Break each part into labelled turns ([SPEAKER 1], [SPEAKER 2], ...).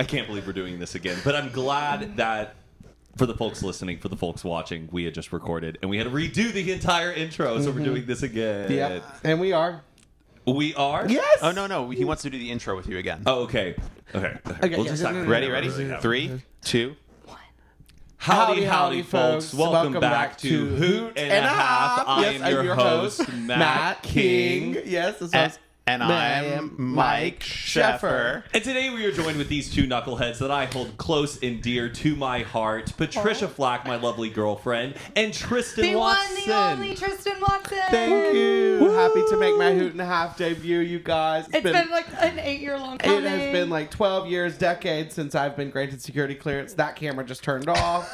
[SPEAKER 1] I can't believe we're doing this again, but I'm glad that for the folks listening, for the folks watching, we had just recorded and we had to redo the entire intro, so we're doing this again.
[SPEAKER 2] Yeah, and we are.
[SPEAKER 1] We are?
[SPEAKER 2] Yes.
[SPEAKER 3] Oh no no, he wants to do the intro with you again.
[SPEAKER 1] Oh, okay. Okay.
[SPEAKER 2] Okay,
[SPEAKER 1] We'll just
[SPEAKER 2] yeah, no,
[SPEAKER 1] stop.
[SPEAKER 2] no, no, no,
[SPEAKER 3] Ready ready?
[SPEAKER 1] Yeah.
[SPEAKER 3] Three, two.
[SPEAKER 1] Howdy, howdy, folks. Welcome, back, to Hoot and, a Half. I
[SPEAKER 2] Yes,
[SPEAKER 1] am your, host, Matt, King. Uh,
[SPEAKER 2] Yes, this
[SPEAKER 3] And,
[SPEAKER 2] is
[SPEAKER 3] and I'm Mike Sheffer.
[SPEAKER 1] And today we are joined with these two knuckleheads that I hold close and dear to my heart Patricia Flack, my lovely girlfriend, and Tristan
[SPEAKER 4] The
[SPEAKER 1] Watson.
[SPEAKER 4] one, the only Tristan Watson.
[SPEAKER 2] Thank you. Happy to make my hoot and a half debut, you guys.
[SPEAKER 4] It's been, like an eight-year-long.
[SPEAKER 2] it has been like 12 years, decades since I've been granted security clearance. That camera just turned off.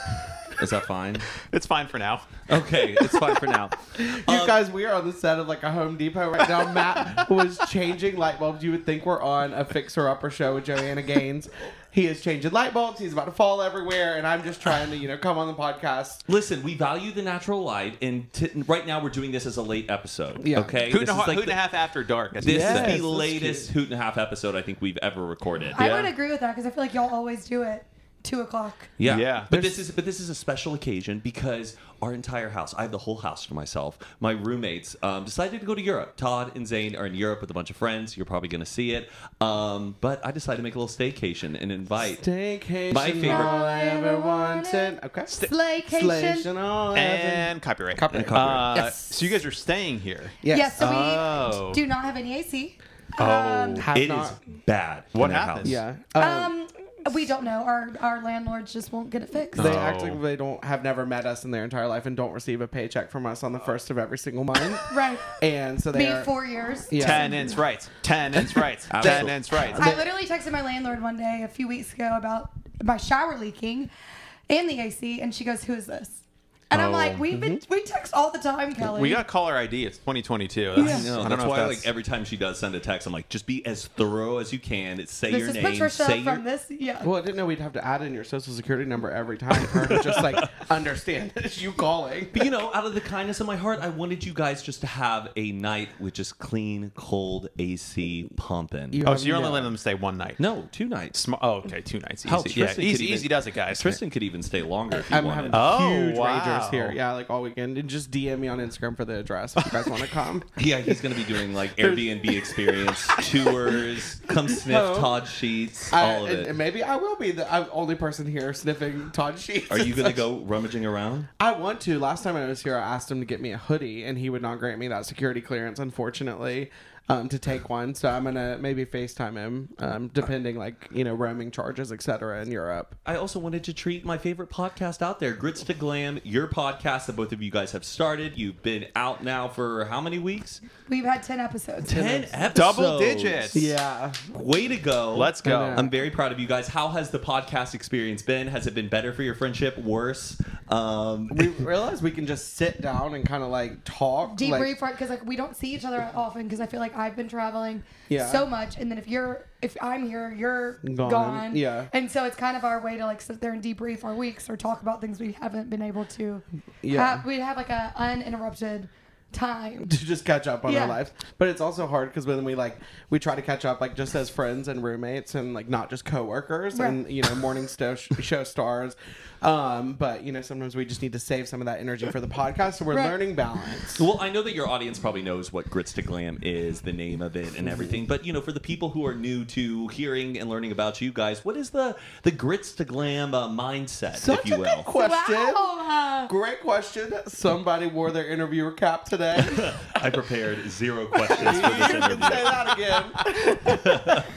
[SPEAKER 1] Is that fine?
[SPEAKER 3] It's fine for now.
[SPEAKER 1] Okay, it's fine for now. Um,
[SPEAKER 2] You guys, we are on the set of like a Home Depot right now. Matt was changing light bulbs. You would think we're on a fixer upper show with Joanna Gaines. He is changing light bulbs. He's about to fall everywhere, and I'm just trying to, you know, come on the podcast.
[SPEAKER 1] Listen, we value the natural light, and t- right now we're doing this as a late episode.
[SPEAKER 2] Yeah.
[SPEAKER 1] Okay,
[SPEAKER 3] Hoot
[SPEAKER 1] this is
[SPEAKER 3] and, a, ho-
[SPEAKER 1] like
[SPEAKER 3] hoot and
[SPEAKER 1] the,
[SPEAKER 3] a half after dark. I
[SPEAKER 1] This
[SPEAKER 3] think.
[SPEAKER 2] Yes,
[SPEAKER 1] is
[SPEAKER 2] that's
[SPEAKER 1] the latest
[SPEAKER 2] cute.
[SPEAKER 1] hoot and a half episode I think we've ever recorded.
[SPEAKER 4] I
[SPEAKER 3] Yeah.
[SPEAKER 4] would agree with that because I feel like y'all always do it. Two o'clock.
[SPEAKER 1] Yeah.
[SPEAKER 3] Yeah.
[SPEAKER 1] But this is but this is a special occasion because our entire house, I have the whole house to myself. My roommates um, decided to go to Europe. Todd and Zane are in Europe with a bunch of friends. You're probably going to see it. Um, but I decided to make a little staycation and invite.
[SPEAKER 2] Staycation,
[SPEAKER 1] My favorite-
[SPEAKER 2] all I ever wanted. Okay.
[SPEAKER 4] Slaycation.
[SPEAKER 2] Staycation, all I ever.
[SPEAKER 3] And copyright.
[SPEAKER 2] Copyright.
[SPEAKER 1] And copyright.
[SPEAKER 3] Uh,
[SPEAKER 4] Yes.
[SPEAKER 3] So you guys are staying here.
[SPEAKER 4] Yes.
[SPEAKER 2] Yes.
[SPEAKER 4] so we
[SPEAKER 3] Oh.
[SPEAKER 4] do not have any AC.
[SPEAKER 3] Oh.
[SPEAKER 2] Have
[SPEAKER 1] It is
[SPEAKER 2] not-
[SPEAKER 1] bad. in
[SPEAKER 3] What
[SPEAKER 1] that
[SPEAKER 3] happened?
[SPEAKER 1] house.
[SPEAKER 2] Yeah.
[SPEAKER 4] Um,
[SPEAKER 2] Um,
[SPEAKER 4] um, we don't know. Our our landlords just won't get it fixed.
[SPEAKER 2] they
[SPEAKER 3] No.
[SPEAKER 2] act like they don't have never met us in their entire life and don't receive a paycheck from us on the first of every single month.
[SPEAKER 4] Right.
[SPEAKER 2] and so they
[SPEAKER 4] Be
[SPEAKER 2] are.
[SPEAKER 4] four years.
[SPEAKER 2] Yeah.
[SPEAKER 3] Tenants rights. Tenants rights. Tenants rights.
[SPEAKER 4] I literally texted my landlord one day a few weeks ago about my shower leaking and the AC, and she goes, "Who is this?" And I'm
[SPEAKER 3] Oh.
[SPEAKER 4] like, "We've been
[SPEAKER 2] Mm-hmm.
[SPEAKER 4] we text all the time, Kelly."
[SPEAKER 3] We got caller ID. It's 2022. That's,
[SPEAKER 1] No,
[SPEAKER 3] I don't
[SPEAKER 1] that's
[SPEAKER 3] know if
[SPEAKER 1] why
[SPEAKER 3] that's,
[SPEAKER 1] like every time she does send a text, I'm like, just be as thorough as you can. It's say
[SPEAKER 4] this
[SPEAKER 1] your
[SPEAKER 4] is
[SPEAKER 1] name.
[SPEAKER 4] Patricia
[SPEAKER 1] say your
[SPEAKER 4] from this. Yeah,
[SPEAKER 2] Well, I didn't know we'd have to add in your social security number every time for her to just like understand that it's you calling.
[SPEAKER 1] But you know, out of the kindness of my heart, I wanted you guys just to have a night with just clean, cold AC pumping.
[SPEAKER 2] You-
[SPEAKER 3] oh, so you're only
[SPEAKER 2] Yeah.
[SPEAKER 3] letting them stay one night.
[SPEAKER 1] no, two nights.
[SPEAKER 3] Sm- oh, okay, two nights. Easy.
[SPEAKER 1] Hell,
[SPEAKER 3] yeah,
[SPEAKER 1] Tristan could
[SPEAKER 3] easy,
[SPEAKER 1] even-
[SPEAKER 3] easy does it, guys.
[SPEAKER 1] Tristan could even stay longer if he
[SPEAKER 2] I'm having
[SPEAKER 1] wanted.
[SPEAKER 3] Oh,
[SPEAKER 2] huge
[SPEAKER 3] wow.
[SPEAKER 2] ragers here. Yeah, like all weekend. And just DM me on Instagram for the address if you guys want to come.
[SPEAKER 1] yeah, he's gonna be doing like Airbnb experience tours. Come sniff
[SPEAKER 2] Oh.
[SPEAKER 1] Todd sheets,
[SPEAKER 2] I-
[SPEAKER 1] all of
[SPEAKER 2] and,
[SPEAKER 1] it.
[SPEAKER 2] and maybe I will be the I'm only person here sniffing Todd sheets.
[SPEAKER 1] Are you gonna go rummaging around?
[SPEAKER 2] I want to. Last time I was here, I asked him to get me a hoodie, and he would not grant me that security clearance, unfortunately, um, to take one. So I'm gonna maybe FaceTime him, um, depending like you know roaming charges, etc. In Europe.
[SPEAKER 1] I also wanted to treat my favorite podcast out there, Grits to Glam, your podcast that both of you guys have started. You've been out now for how many weeks?
[SPEAKER 4] we've had ten episodes.
[SPEAKER 1] Ten episodes.
[SPEAKER 3] Double digits.
[SPEAKER 2] Yeah.
[SPEAKER 1] Way to go.
[SPEAKER 3] Let's go.
[SPEAKER 2] I know.
[SPEAKER 1] I'm very proud of you guys. How has the podcast experience been? Has it been better for your friendship? Worse? Um,
[SPEAKER 2] we realize we can just sit down and kind of like talk.
[SPEAKER 4] Debrief
[SPEAKER 2] like,
[SPEAKER 4] right because like we don't see each other often because I feel like I've been traveling
[SPEAKER 2] Yeah.
[SPEAKER 4] so much, and then if you're if I'm here, you're
[SPEAKER 2] Gone.
[SPEAKER 4] gone.
[SPEAKER 2] Yeah.
[SPEAKER 4] and so it's kind of our way to like sit there and debrief our weeks or talk about things we haven't been able to.
[SPEAKER 2] Yeah.
[SPEAKER 4] have, we have like a uninterrupted time.
[SPEAKER 2] to just catch up on
[SPEAKER 4] Yeah.
[SPEAKER 2] our lives. But it's also hard because when we like we try to catch up like just as friends and roommates and like not just coworkers
[SPEAKER 4] Right.
[SPEAKER 2] and you know morning show, show stars. Um, but you know sometimes we just need to save some of that energy for the podcast, so we're
[SPEAKER 4] Right.
[SPEAKER 2] learning balance.
[SPEAKER 1] well, I know that your audience probably knows what Grits to Glam is, the name of it, and everything. But, you know, for the people who are new to hearing and learning about you guys, what is the, the Grits to Glam uh, mindset,
[SPEAKER 2] Such
[SPEAKER 1] if you
[SPEAKER 2] a
[SPEAKER 1] will?
[SPEAKER 2] good question.
[SPEAKER 4] Wow.
[SPEAKER 2] Great question. Somebody wore their interviewer cap today.
[SPEAKER 1] I prepared zero questions
[SPEAKER 2] you
[SPEAKER 1] for this
[SPEAKER 2] can say
[SPEAKER 1] interview.
[SPEAKER 2] that again.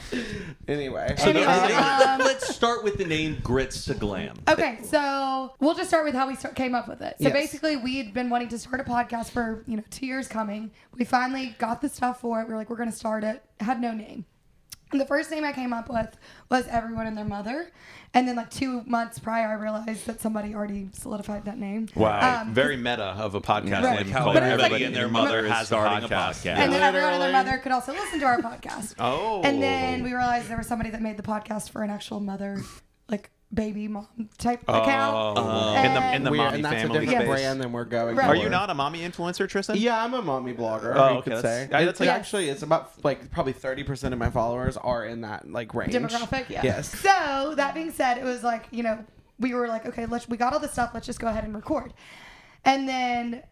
[SPEAKER 2] anyway,
[SPEAKER 4] Anyway, um,
[SPEAKER 1] Let's start with the name Grits to Glam.
[SPEAKER 4] Okay, so we'll just start with how we start, came up with it. So
[SPEAKER 2] Yes.
[SPEAKER 4] basically, we had been wanting to start a podcast for you know two years coming. We finally got the stuff for it. We were like, we're going to start it. Had no name. And the first name I came up with was everyone and their mother. And then like two months prior, I realized that somebody already solidified that name.
[SPEAKER 3] Wow.
[SPEAKER 4] Um,
[SPEAKER 3] very meta of a podcast name
[SPEAKER 4] Right. Like
[SPEAKER 1] how
[SPEAKER 3] called
[SPEAKER 4] But it's
[SPEAKER 3] Everybody
[SPEAKER 4] like-
[SPEAKER 3] and Their Mother
[SPEAKER 1] Remember-
[SPEAKER 3] Has a
[SPEAKER 1] starting a
[SPEAKER 3] Podcast.
[SPEAKER 1] podcast.
[SPEAKER 3] Yeah.
[SPEAKER 4] And then everyone and their
[SPEAKER 2] Literally.
[SPEAKER 4] mother could also listen to our podcast.
[SPEAKER 3] Oh.
[SPEAKER 4] And then we realized there was somebody that made the podcast for an actual mother, like baby mom type account.
[SPEAKER 3] Oh. in the in the
[SPEAKER 2] We're-
[SPEAKER 3] mommy
[SPEAKER 2] and that's
[SPEAKER 3] family
[SPEAKER 2] a different
[SPEAKER 3] space.
[SPEAKER 2] brand than we're going.
[SPEAKER 4] Right.
[SPEAKER 3] Are
[SPEAKER 2] for.
[SPEAKER 3] you not a mommy influencer, Tristan?
[SPEAKER 2] Yeah, I'm a mommy blogger.
[SPEAKER 3] Oh,
[SPEAKER 2] you
[SPEAKER 3] okay,
[SPEAKER 2] could
[SPEAKER 3] that's-
[SPEAKER 2] say.
[SPEAKER 3] I- that's
[SPEAKER 2] It's
[SPEAKER 3] like-
[SPEAKER 2] actually it's about like probably 30 percent of my followers are in that like range
[SPEAKER 4] demographic. Yeah.
[SPEAKER 2] Yes.
[SPEAKER 4] So so that being said, it was like you know we were like okay, let's we got all this stuff. Let's just go ahead and record. And then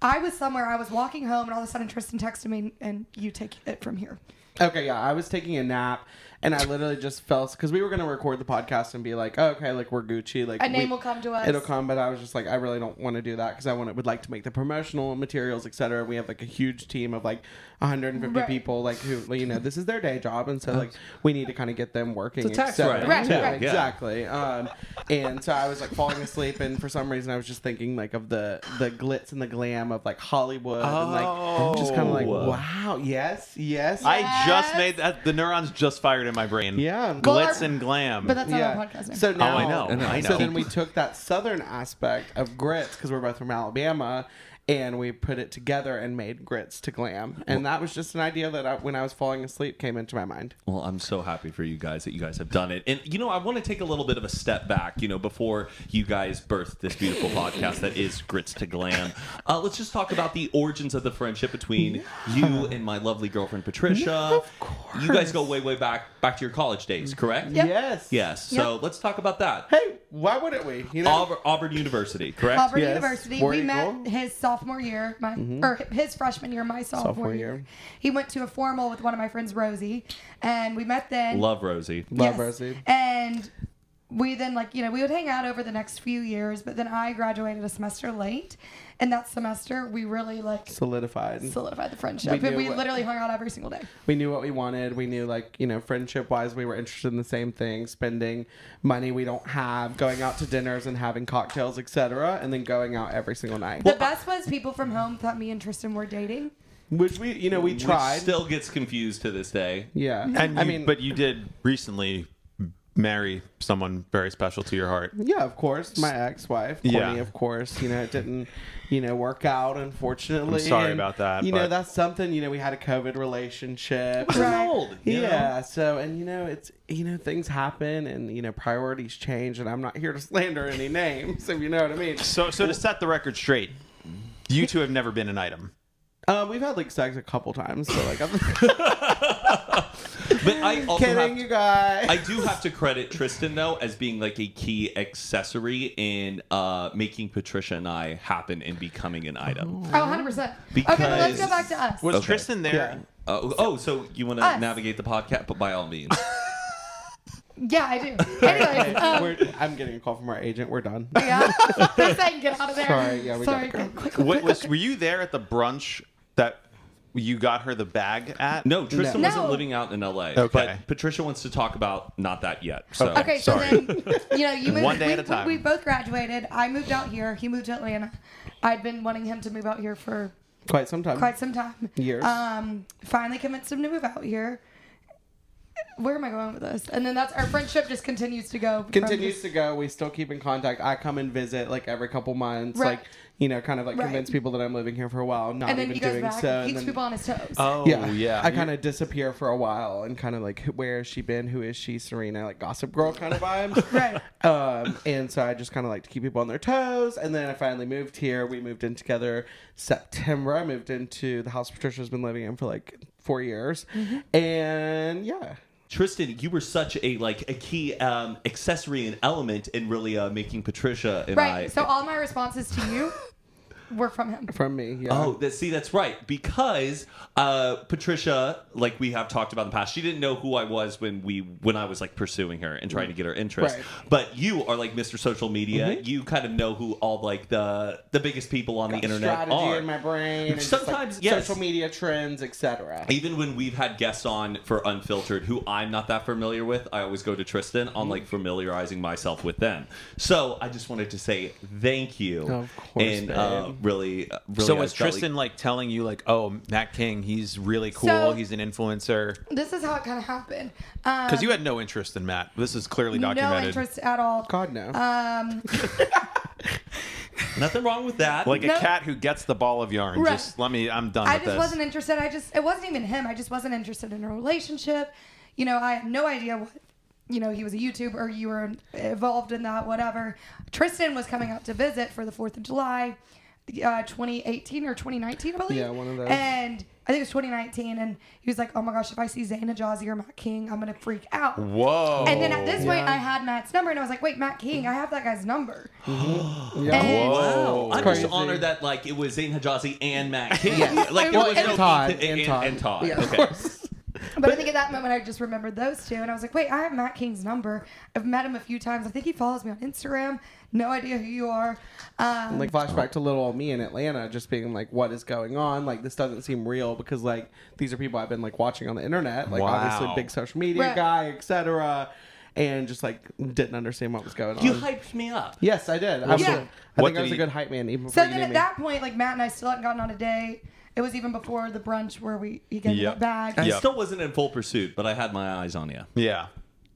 [SPEAKER 4] I was somewhere. I was walking home, and all of a sudden Tristan texted me, and you take it from here.
[SPEAKER 2] Okay, yeah, I was taking a nap and I literally just fell because we were gonna record the podcast and be like, oh, okay, like we're Gucci, like
[SPEAKER 4] A name
[SPEAKER 2] we-
[SPEAKER 4] will come to us.
[SPEAKER 2] it'll come. But I was just like, I really don't want to do that because I want would like to make the promotional materials, etc. We have like a huge team of like 150
[SPEAKER 4] Right.
[SPEAKER 2] people, like who well, you know this is their day job, and so like we need to kind of get them working.
[SPEAKER 1] It's a tax
[SPEAKER 2] etc.
[SPEAKER 1] write-off,
[SPEAKER 4] Right,
[SPEAKER 2] Yeah,
[SPEAKER 4] right.
[SPEAKER 1] yeah.
[SPEAKER 2] exactly. Um, and so I was like falling asleep, and for some reason I was just thinking like of the the glitz and the glam of like Hollywood, and like just kind of like
[SPEAKER 1] Oh.
[SPEAKER 2] wow, yes, yes.
[SPEAKER 3] I just made that. The neurons just fired in my brain.
[SPEAKER 2] Yeah. Well,
[SPEAKER 3] Glitz
[SPEAKER 4] our-
[SPEAKER 3] and glam.
[SPEAKER 4] But that's not our podcast name.
[SPEAKER 2] Um, So now,
[SPEAKER 3] I know,
[SPEAKER 1] I know.
[SPEAKER 2] So then we took that southern aspect of grits because we're both from Alabama, and we put it together and made grits to glam. And that was just an idea that I, when I was falling asleep came into my mind.
[SPEAKER 1] Well, I'm so happy for you guys that you guys have done it. And, you know, I want to take a little bit of a step back, you know, before you guys birthed this beautiful podcast that is Grits to Glam. Uh, let's just talk about the origins of the friendship between you and my lovely girlfriend, Patricia. of course. You guys go way, way back, back to your college days, correct?
[SPEAKER 4] Yep.
[SPEAKER 2] Yes.
[SPEAKER 1] Yes. So
[SPEAKER 4] Yep.
[SPEAKER 1] let's talk about that.
[SPEAKER 2] Hey, why wouldn't we? You know.
[SPEAKER 1] Auburn, Auburn University, correct?
[SPEAKER 4] Auburn
[SPEAKER 2] Yes.
[SPEAKER 4] University.
[SPEAKER 2] War
[SPEAKER 4] we
[SPEAKER 2] Eagle. Mm-hmm.
[SPEAKER 4] met his sophomore year, my or his freshman year, my sophomore,
[SPEAKER 2] Sophomore
[SPEAKER 4] year.
[SPEAKER 2] year.
[SPEAKER 4] He went to a formal with one of my friends, Rosie, and we met then.
[SPEAKER 1] Love Rosie.
[SPEAKER 2] Love Rosie.
[SPEAKER 4] And we then like you know we would hang out over the next few years, but then I graduated a semester late, and that semester we really like
[SPEAKER 2] Solidified.
[SPEAKER 4] solidified the friendship.
[SPEAKER 2] We
[SPEAKER 4] We,
[SPEAKER 2] knew
[SPEAKER 4] we
[SPEAKER 2] what-
[SPEAKER 4] literally hung out every single day.
[SPEAKER 2] we knew what we wanted. We knew, like, you know, friendship wise, we were interested in the same thing spending money we don't have, going out to dinners and having cocktails, etc. And then going out every single night.
[SPEAKER 4] the best was people from home thought me and Tristan were dating.
[SPEAKER 2] Which we, you know, we
[SPEAKER 1] Which
[SPEAKER 2] tried.
[SPEAKER 1] still gets confused to this day.
[SPEAKER 2] yeah.
[SPEAKER 3] and
[SPEAKER 2] I
[SPEAKER 3] you-
[SPEAKER 2] mean,
[SPEAKER 3] but you did recently marry someone very special to your heart.
[SPEAKER 2] Yeah, of course. My ex-wife, Courtney,
[SPEAKER 3] Yeah.
[SPEAKER 2] of course. You know, it didn't, you know, work out. Unfortunately,
[SPEAKER 3] I'm sorry
[SPEAKER 2] And,
[SPEAKER 3] about that,
[SPEAKER 2] You know,
[SPEAKER 3] but-
[SPEAKER 2] that's something. You know, we had a COVID relationship.
[SPEAKER 4] Right.
[SPEAKER 1] Old. you know?
[SPEAKER 2] Yeah. So, and you know, it's you know, things happen, and you know, priorities change. And I'm not here to slander any names, if you know what I mean.
[SPEAKER 3] So, so to set the record straight, you two have never been an item.
[SPEAKER 2] Um, we've had like sex a couple times, so like, I'm
[SPEAKER 1] But I also have
[SPEAKER 2] kidding you guys.
[SPEAKER 1] I do have to credit Tristan though as being like a key accessory in uh, making Patricia and I happen and becoming an item.
[SPEAKER 4] Oh,
[SPEAKER 2] Uh-huh.
[SPEAKER 4] 100%. okay, but let's go
[SPEAKER 1] Because-
[SPEAKER 4] back to us.
[SPEAKER 3] Was
[SPEAKER 1] Okay.
[SPEAKER 3] Tristan there?
[SPEAKER 2] Yeah.
[SPEAKER 1] Uh, oh, so you want to
[SPEAKER 4] Us.
[SPEAKER 1] navigate the podcast? But by all means,
[SPEAKER 4] Yeah, I do. Anyways, um,
[SPEAKER 2] We're, I'm getting a call from our agent. We're done.
[SPEAKER 4] yeah. They're saying get out of there.
[SPEAKER 2] Sorry, yeah, we
[SPEAKER 4] Sorry.
[SPEAKER 2] gotta
[SPEAKER 4] quick, quick,
[SPEAKER 3] What
[SPEAKER 4] quick,
[SPEAKER 3] was?
[SPEAKER 4] quick.
[SPEAKER 3] Were you there at the brunch that you got her the bag at?
[SPEAKER 1] no, Tristan
[SPEAKER 4] No.
[SPEAKER 1] wasn't living out in LA.
[SPEAKER 3] Okay.
[SPEAKER 1] But Patricia wants to talk about not that yet. So
[SPEAKER 4] Okay, so
[SPEAKER 3] Sorry.
[SPEAKER 4] then you know you moved.
[SPEAKER 3] One day
[SPEAKER 4] we,
[SPEAKER 3] at a time.
[SPEAKER 4] We, we both graduated. I moved out here. He moved to Atlanta. I'd been wanting him to move out here for
[SPEAKER 2] Quite some time.
[SPEAKER 4] quite some time.
[SPEAKER 2] Years.
[SPEAKER 4] Um, finally convinced him to move out here. Where am I going with this? And then that's our friendship just continues to go. from
[SPEAKER 2] continues
[SPEAKER 4] just-
[SPEAKER 2] to go. We still keep in contact. I come and visit like every couple months, like
[SPEAKER 4] Right.
[SPEAKER 2] you know, kind of like
[SPEAKER 4] Right.
[SPEAKER 2] convince people that I'm living here for a while, not
[SPEAKER 4] and then
[SPEAKER 2] even
[SPEAKER 4] he goes
[SPEAKER 2] doing
[SPEAKER 4] back.
[SPEAKER 2] so.
[SPEAKER 4] and
[SPEAKER 2] and
[SPEAKER 4] keeps
[SPEAKER 2] then-
[SPEAKER 4] people on his toes.
[SPEAKER 3] Oh
[SPEAKER 2] yeah,
[SPEAKER 3] yeah.
[SPEAKER 2] I kind of disappear for a while and kind of like, who- where has she been? Who is she? Serena, like Gossip Girl kind of vibe.
[SPEAKER 4] Right.
[SPEAKER 2] Um, and so I just kind of like to keep people on their toes. And then I finally moved here. We moved in together September. I moved into the house Patricia's been living in for like four years,
[SPEAKER 4] Mm-hmm.
[SPEAKER 2] and yeah.
[SPEAKER 1] Tristan, you were such a like a key um, accessory and element in really uh, making Patricia and
[SPEAKER 4] right.
[SPEAKER 1] I.
[SPEAKER 4] so all my responses to you were from him.
[SPEAKER 2] From me, yeah.
[SPEAKER 1] Oh, that, see, that's right. Because uh, Patricia, like we have talked about in the past, she didn't know who I was when we when I was like pursuing her and trying to get her interest.
[SPEAKER 2] Right. Mm-hmm.
[SPEAKER 1] But you are like Mr. Social Media. You kind of know who all like the the biggest people on the internet
[SPEAKER 2] strategy
[SPEAKER 1] are.
[SPEAKER 2] in my brain. And Sometimes,
[SPEAKER 1] Sometimes, yes.
[SPEAKER 2] social media trends, etc.
[SPEAKER 1] even when we've had guests on for unfiltered who i'm not that familiar with i always go to tristan on
[SPEAKER 2] Mm-hmm.
[SPEAKER 1] like familiarizing myself with them so i just wanted to say thank you
[SPEAKER 2] Of course,
[SPEAKER 1] and uh,
[SPEAKER 2] babe.
[SPEAKER 1] really, uh, really
[SPEAKER 3] So
[SPEAKER 1] I
[SPEAKER 3] was
[SPEAKER 1] felt like-
[SPEAKER 3] Tristan like telling you like, oh, Matt King, he's really cool.
[SPEAKER 4] So- uh,
[SPEAKER 3] he's an influencer.
[SPEAKER 4] This is how it kind of happened. Um,
[SPEAKER 3] Because you had no interest in Matt. This is clearly
[SPEAKER 4] no
[SPEAKER 3] documented.
[SPEAKER 4] interest at all.
[SPEAKER 2] God no.
[SPEAKER 4] Um,
[SPEAKER 1] nothing wrong with that
[SPEAKER 3] Like
[SPEAKER 4] No.
[SPEAKER 3] a cat who gets the ball of yarn.
[SPEAKER 4] Right.
[SPEAKER 3] Just let me. I'm done
[SPEAKER 4] I
[SPEAKER 3] with
[SPEAKER 4] just
[SPEAKER 3] this.
[SPEAKER 4] wasn't interested. I just it wasn't even him. I just wasn't interested in a relationship. You know, I had no idea what you know, he was a YouTuber, you were involved in that, whatever. Tristan was coming out to visit for the 4th of July. uh, 2018 or 2019, I believe.
[SPEAKER 2] Yeah, one of those.
[SPEAKER 4] And I think it was 2019, and he was like, "Oh my gosh, if I see Zayn Ajazi or Matt King, I'm gonna freak out."
[SPEAKER 3] Whoa.
[SPEAKER 4] And then at this
[SPEAKER 2] Yeah.
[SPEAKER 4] point, I had Matt's number, and I was like, "Wait, Matt King, I have that guy's number."
[SPEAKER 2] Yeah.
[SPEAKER 4] And-
[SPEAKER 3] Whoa.
[SPEAKER 1] Oh, I'm
[SPEAKER 2] Crazy.
[SPEAKER 1] just honored that like it was Zayn Hajazi and Matt King.
[SPEAKER 4] Yes.
[SPEAKER 1] Like
[SPEAKER 4] Well,
[SPEAKER 1] there was
[SPEAKER 4] and
[SPEAKER 1] no
[SPEAKER 2] Todd,
[SPEAKER 1] and,
[SPEAKER 2] and
[SPEAKER 1] and
[SPEAKER 2] Todd.
[SPEAKER 1] Todd. And Todd.
[SPEAKER 2] Yeah, of
[SPEAKER 1] okay.
[SPEAKER 4] But, I think at that moment I just remembered those two, and I was like, "Wait, I have Matt King's number. I've met him a few times. I think he follows me on Instagram. No idea who you are." Um,
[SPEAKER 2] like flashback to little old me in Atlanta, just being like, "What is going on? Like this doesn't seem real because like these are people I've been like watching on the internet, like
[SPEAKER 3] Wow.
[SPEAKER 2] obviously big social media
[SPEAKER 4] Right.
[SPEAKER 2] guy, etc." And just like didn't understand what was going on.
[SPEAKER 1] You hyped me up.
[SPEAKER 2] yes, I did. Absolutely. I
[SPEAKER 3] What
[SPEAKER 2] think I
[SPEAKER 3] did
[SPEAKER 2] was a
[SPEAKER 3] he-
[SPEAKER 2] good hype man even
[SPEAKER 4] so
[SPEAKER 2] before you
[SPEAKER 4] then
[SPEAKER 2] knew
[SPEAKER 4] at
[SPEAKER 2] me.
[SPEAKER 4] that point, like Matt and I still hadn't gotten on a date. It was even before the brunch where we he gave me
[SPEAKER 3] Yep.
[SPEAKER 4] that bag.
[SPEAKER 1] I
[SPEAKER 3] Yeah.
[SPEAKER 1] still wasn't in full pursuit, but I had my eyes on you.
[SPEAKER 3] Yeah.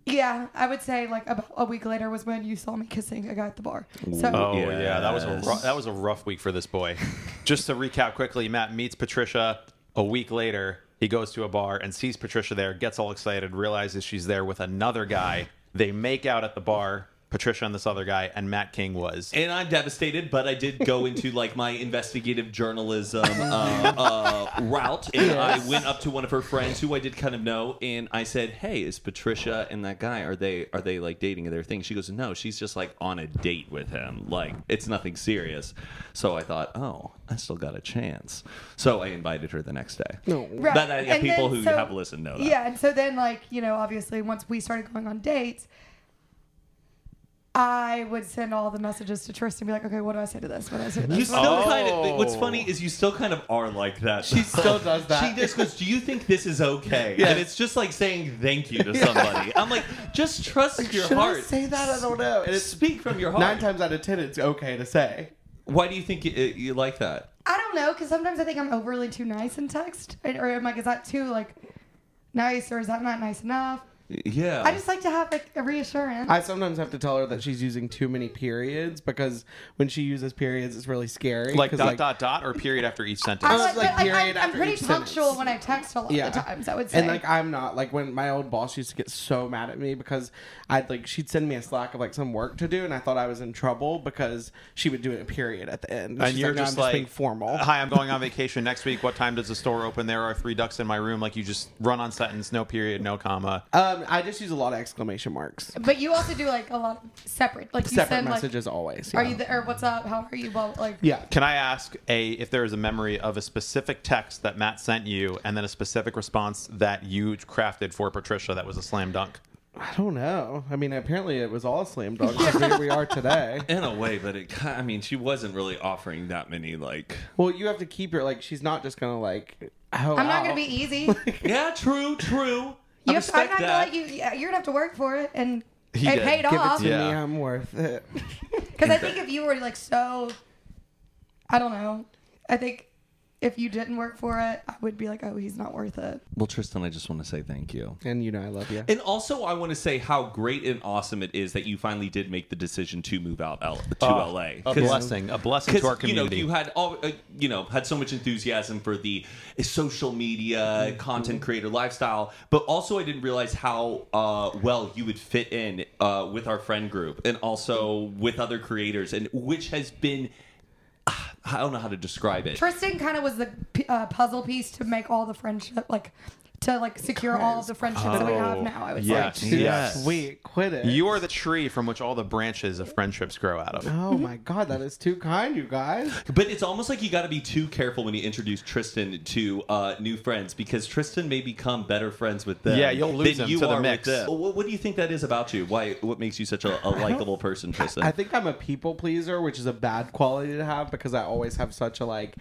[SPEAKER 4] Yeah, I would say like about a week later was when you saw me kissing a guy at the bar. So
[SPEAKER 3] Oh yeah, that was a
[SPEAKER 1] Yes.
[SPEAKER 3] ru- that was a rough week for this boy. Just to recap quickly, Matt meets Patricia a week later. He goes to a bar and sees Patricia there, gets all excited, realizes she's there with another guy. They make out at the bar. Patricia and this other guy, and Matt King was.
[SPEAKER 1] And I'm devastated, but I did go into like my investigative journalism uh, uh, route, and I went up to one of her friends who I did kind of know, and I said, "Hey, is Patricia and that guy are they are they like dating and their thing?" She goes, "No, she's just like on a date with him. Like it's nothing serious." So I thought, "Oh, I still got a chance." So I invited her the next day.
[SPEAKER 2] No.
[SPEAKER 4] Right.
[SPEAKER 1] But I, yeah,
[SPEAKER 4] And
[SPEAKER 1] people
[SPEAKER 4] then,
[SPEAKER 1] who
[SPEAKER 4] so-
[SPEAKER 1] have listened know that.
[SPEAKER 4] Yeah, and so then like, you know, obviously once we started going on dates, I would send all the messages to Tristan and be like, okay, what do I say to this? What do I say to
[SPEAKER 1] You
[SPEAKER 4] this?
[SPEAKER 1] still
[SPEAKER 3] Oh.
[SPEAKER 1] kind of. What's funny is you still kind of are like that.
[SPEAKER 2] She still does that.
[SPEAKER 1] She just goes, "Do you think this is okay?"
[SPEAKER 2] Yes.
[SPEAKER 1] And it's just like saying thank you to somebody. I'm like, just trust your
[SPEAKER 2] Should
[SPEAKER 1] heart.
[SPEAKER 2] I say that? I don't know. And it's
[SPEAKER 1] Speak from your heart.
[SPEAKER 2] nine times out of ten, it's okay to say.
[SPEAKER 1] Why do you think you, you like that?
[SPEAKER 4] I don't know, because sometimes I think I'm overly too nice in text. Or or I'm like, is that too like nice or is that not nice enough?
[SPEAKER 1] Yeah.
[SPEAKER 4] I just like to have like a reassurance.
[SPEAKER 2] I sometimes have to tell her that she's using too many periods because when she uses periods, it's really scary.
[SPEAKER 3] Like
[SPEAKER 2] 'cause,
[SPEAKER 3] dot dot dot or period after each sentence.
[SPEAKER 4] I
[SPEAKER 2] was
[SPEAKER 4] like,
[SPEAKER 2] like
[SPEAKER 4] but, like,
[SPEAKER 2] period
[SPEAKER 4] I'm, I'm
[SPEAKER 2] after
[SPEAKER 4] pretty
[SPEAKER 2] each
[SPEAKER 4] punctual
[SPEAKER 2] sentence.
[SPEAKER 4] when I text a lot of the times, I would say.
[SPEAKER 2] And like I'm not like when my old boss used to get so mad at me because I'd like she'd send me a slack of like some work to do and I thought I was in trouble because she would do it a period at the end.
[SPEAKER 3] and
[SPEAKER 2] She's
[SPEAKER 3] you're
[SPEAKER 2] like, "No,
[SPEAKER 3] just
[SPEAKER 2] I'm
[SPEAKER 3] like
[SPEAKER 2] being formal.
[SPEAKER 3] Hi, I'm going on vacation next week. What time does the store open? There are three ducks in my room. Like you just run on sentence, no period, no comma.
[SPEAKER 2] Um, I just use a lot of exclamation marks.
[SPEAKER 4] but you also do like a lot of separate, like you
[SPEAKER 2] Separate
[SPEAKER 4] send like,
[SPEAKER 2] messages always.
[SPEAKER 4] Are
[SPEAKER 2] yeah.
[SPEAKER 4] you there? Or What's up? How are you? Well, like,
[SPEAKER 2] Yeah.
[SPEAKER 3] Can I ask a if there is a memory of a specific text that Matt sent you, and then a specific response that you crafted for Patricia that was a slam dunk?
[SPEAKER 2] I don't know. I mean, apparently it was all slam dunk. 'cause Here we are today.
[SPEAKER 1] in a way, but it. ki- I mean, she wasn't really offering that many like.
[SPEAKER 2] Well, you have to keep your like. She's not just gonna like. "Oh, hoe
[SPEAKER 4] I'm not
[SPEAKER 2] out.
[SPEAKER 4] gonna be easy. You
[SPEAKER 1] Yeah, true, true. I
[SPEAKER 4] have to- I'm
[SPEAKER 1] respect
[SPEAKER 4] not gonna
[SPEAKER 1] that.
[SPEAKER 4] let you. yeah, You're gonna have to work for it, and
[SPEAKER 3] He
[SPEAKER 4] it
[SPEAKER 3] did.
[SPEAKER 4] paid
[SPEAKER 2] Give
[SPEAKER 4] off.
[SPEAKER 2] it to
[SPEAKER 3] Yeah.
[SPEAKER 2] me. I'm worth it.
[SPEAKER 4] Because I think if you were like so, I don't know. I think if you didn't work for it, I would be like, oh, he's not worth it.
[SPEAKER 1] Well, Tristan, I just want to say thank you.
[SPEAKER 2] And you know I love you.
[SPEAKER 1] And also, I want to say how great and awesome it is that you finally did make the decision to move out L- to LA.
[SPEAKER 3] A
[SPEAKER 1] 'Cause-
[SPEAKER 3] blessing, a blessing to our
[SPEAKER 1] because you know
[SPEAKER 3] community.
[SPEAKER 1] you had all uh, you know had so much enthusiasm for the uh, social media content creator lifestyle, but also I didn't realize how uh, well you would fit in uh, with our friend group and also with other creators, and which has been ah, I don't know how to describe it.
[SPEAKER 4] Tristan kind of was the p- uh, puzzle piece to make all the friendship like. To like secure all of the friendships that we have now, I would
[SPEAKER 3] yes,
[SPEAKER 4] say.
[SPEAKER 2] Dude,
[SPEAKER 3] yes.
[SPEAKER 2] Sweet. Quit it.
[SPEAKER 3] You are the tree from which all the branches of friendships grow out of.
[SPEAKER 2] Oh my god, that is too kind, you guys.
[SPEAKER 1] But it's almost like you got to be too careful when you introduce Tristan to uh, new friends because Tristan may become better friends with them.
[SPEAKER 3] Yeah, you'll lose
[SPEAKER 1] than
[SPEAKER 3] him
[SPEAKER 1] you
[SPEAKER 3] to the
[SPEAKER 1] are with
[SPEAKER 3] mix.
[SPEAKER 1] them. What, what do you think that is about you? Why? What makes you such a, a likable person, Tristan?
[SPEAKER 2] I think I'm a people pleaser, which is a bad quality to have because I always have such a like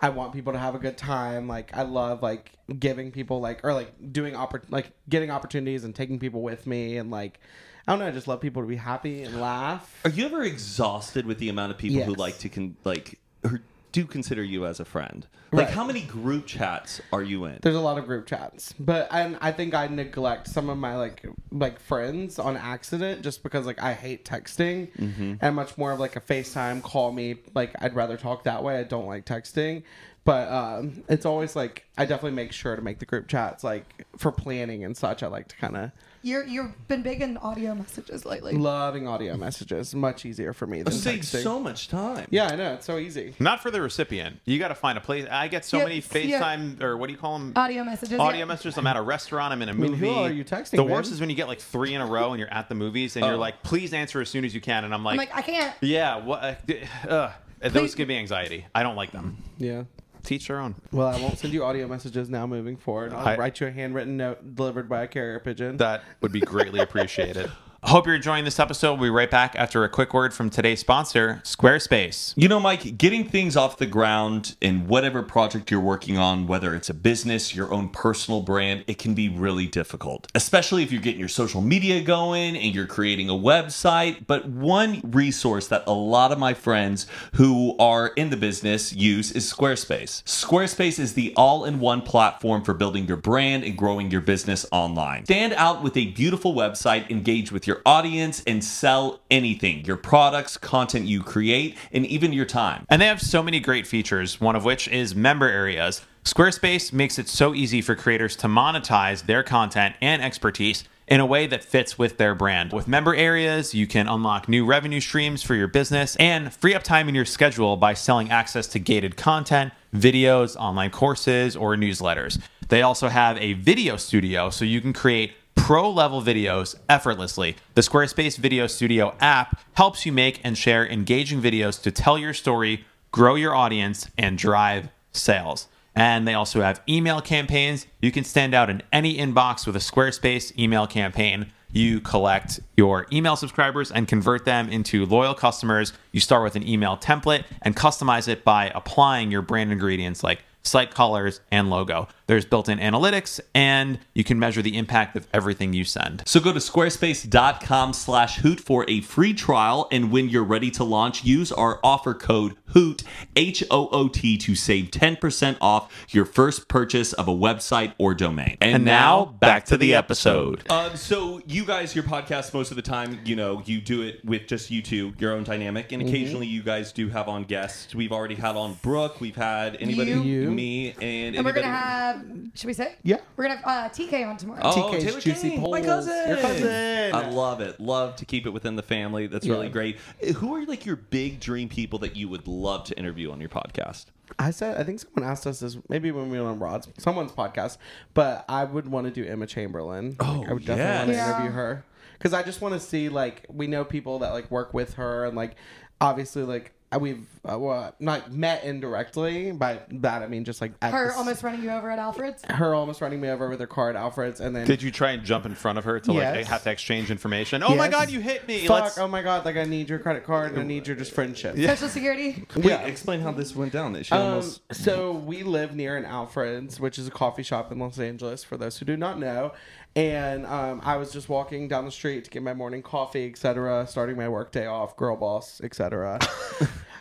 [SPEAKER 2] I want people to have a good time. Like I love like giving people like or like doing oppor- like getting opportunities and taking people with me and like I don't know, I just love people to be happy and laugh.
[SPEAKER 1] Are you ever exhausted with the amount of people who
[SPEAKER 2] Yes.
[SPEAKER 1] like to con- like or do consider you as a friend? Like
[SPEAKER 2] Right.
[SPEAKER 1] how many group chats are you in?
[SPEAKER 2] There's a lot of group chats, but and I think I neglect some of my like like friends on accident just because like I hate texting and I'm much more of like a FaceTime call me like I'd rather talk that way. I don't like texting, but um, it's always like I definitely make sure to make the group chats like for planning and such. I like to kind of
[SPEAKER 4] You're you've been big in audio messages lately.
[SPEAKER 2] Loving audio messages. Much easier for me than
[SPEAKER 1] Saves
[SPEAKER 2] texting.
[SPEAKER 1] so much time.
[SPEAKER 2] yeah, I know. It's so easy.
[SPEAKER 3] Not for the recipient. You got to find a place. I get so
[SPEAKER 4] Yeah, Uh,
[SPEAKER 3] many
[SPEAKER 4] yeah.
[SPEAKER 3] FaceTime or what do you call them?
[SPEAKER 4] audio messages.
[SPEAKER 3] Audio
[SPEAKER 4] yeah.
[SPEAKER 3] messages. I'm at a restaurant. I'm in a movie.
[SPEAKER 2] who are you texting,
[SPEAKER 3] The
[SPEAKER 2] man?
[SPEAKER 3] worst is when you get like three in a row and you're at the movies and you're
[SPEAKER 1] Oh.
[SPEAKER 3] like, please answer as soon as you can. And I'm like,
[SPEAKER 4] I'm like I can't.
[SPEAKER 3] yeah, what? Uh, d- uh,
[SPEAKER 4] Please-
[SPEAKER 3] those give me anxiety. I don't like them.
[SPEAKER 2] Yeah.
[SPEAKER 3] Teach their own.
[SPEAKER 2] Well, I won't send you audio messages now moving forward. I'll
[SPEAKER 3] I-
[SPEAKER 2] write you a handwritten note delivered by a carrier pigeon.
[SPEAKER 3] That would be greatly appreciated. Hope you're enjoying this episode. We'll be right back after a quick word from today's sponsor, Squarespace.
[SPEAKER 1] You know, Mike, getting things off the ground in whatever project you're working on, whether it's a business, your own personal brand, it can be really difficult, especially if you're getting your social media going and you're creating a website. But one resource that a lot of my friends who are in the business use is Squarespace. Squarespace is the all in one platform for building your brand and growing your business online. Stand out with a beautiful website, engage with your audience, and sell anything your products, content you create, and even your time.
[SPEAKER 3] And they have so many great features, one of which is member areas. Squarespace makes it so easy for creators to monetize their content and expertise in a way that fits with their brand. With member areas, you can unlock new revenue streams for your business and free up time in your schedule by selling access to gated content, videos, online courses, or newsletters. They also have a video studio so you can create pro level videos effortlessly. The Squarespace Video Studio app helps you make and share engaging videos to tell your story, grow your audience, and drive sales. And they also have email campaigns. You can stand out in any inbox with a Squarespace email campaign. You collect your email subscribers and convert them into loyal customers. You start with an email template and customize it by applying your brand ingredients like site colors, and logo. There's built in analytics, and you can measure the impact of everything you send.
[SPEAKER 1] So go to squarespace.com slash hoot for a free trial. And when you're ready to launch, use our offer code HOOT, H O O T, to save 10% off your first purchase of a website or domain. And,
[SPEAKER 3] now, back to the episode.
[SPEAKER 1] Um, so you guys, your podcast, most of the time, you know, you do it with just you two, your own dynamic,
[SPEAKER 3] Mm-hmm.
[SPEAKER 1] and occasionally you guys do have on guests. We've already had on Brooke. We've had anybody,
[SPEAKER 4] You.
[SPEAKER 2] You.
[SPEAKER 1] me, and,
[SPEAKER 4] And we're
[SPEAKER 1] anybody-
[SPEAKER 4] gonna have. Should we say?
[SPEAKER 2] Yeah.
[SPEAKER 4] We're gonna have uh, TK on tomorrow.
[SPEAKER 1] Oh,
[SPEAKER 2] TK's
[SPEAKER 1] Taylor
[SPEAKER 2] Juicy
[SPEAKER 1] Kane, my
[SPEAKER 2] Poles.
[SPEAKER 1] cousin.
[SPEAKER 2] Your cousin.
[SPEAKER 1] I love it. Love to keep it within the family. That's really
[SPEAKER 2] Yeah.
[SPEAKER 1] great. Uh, Who are like your big dream people that you would love to interview on your podcast?
[SPEAKER 2] I said I think someone asked us this maybe when we were on Rod's someone's podcast, but I would want to do Emma Chamberlain. Oh, I would definitely
[SPEAKER 1] yes.
[SPEAKER 2] want to
[SPEAKER 4] Yeah.
[SPEAKER 2] interview her because I just want to see like we know people that like work with her and like obviously like we've uh, well, not met indirectly by that I mean just like at
[SPEAKER 4] Her
[SPEAKER 2] the-
[SPEAKER 4] almost running you over at Alfred's.
[SPEAKER 2] her almost running me over with her car at Alfred's and then
[SPEAKER 3] Did you try and jump in front of her to like
[SPEAKER 2] Yes.
[SPEAKER 3] have to exchange information? Oh my
[SPEAKER 2] Yes.
[SPEAKER 3] God, you hit me!
[SPEAKER 2] fuck
[SPEAKER 3] Let's-
[SPEAKER 2] oh my god like I need your credit card and I need your just friendship
[SPEAKER 4] Social Security.
[SPEAKER 2] Yeah.
[SPEAKER 1] explain how this went down. That she
[SPEAKER 2] Um, so we live near an Alfred's, which is a coffee shop in Los Angeles. For those who do not know, and um, I was just walking down the street to get my morning coffee, etc., starting my work day off, girl boss, etc.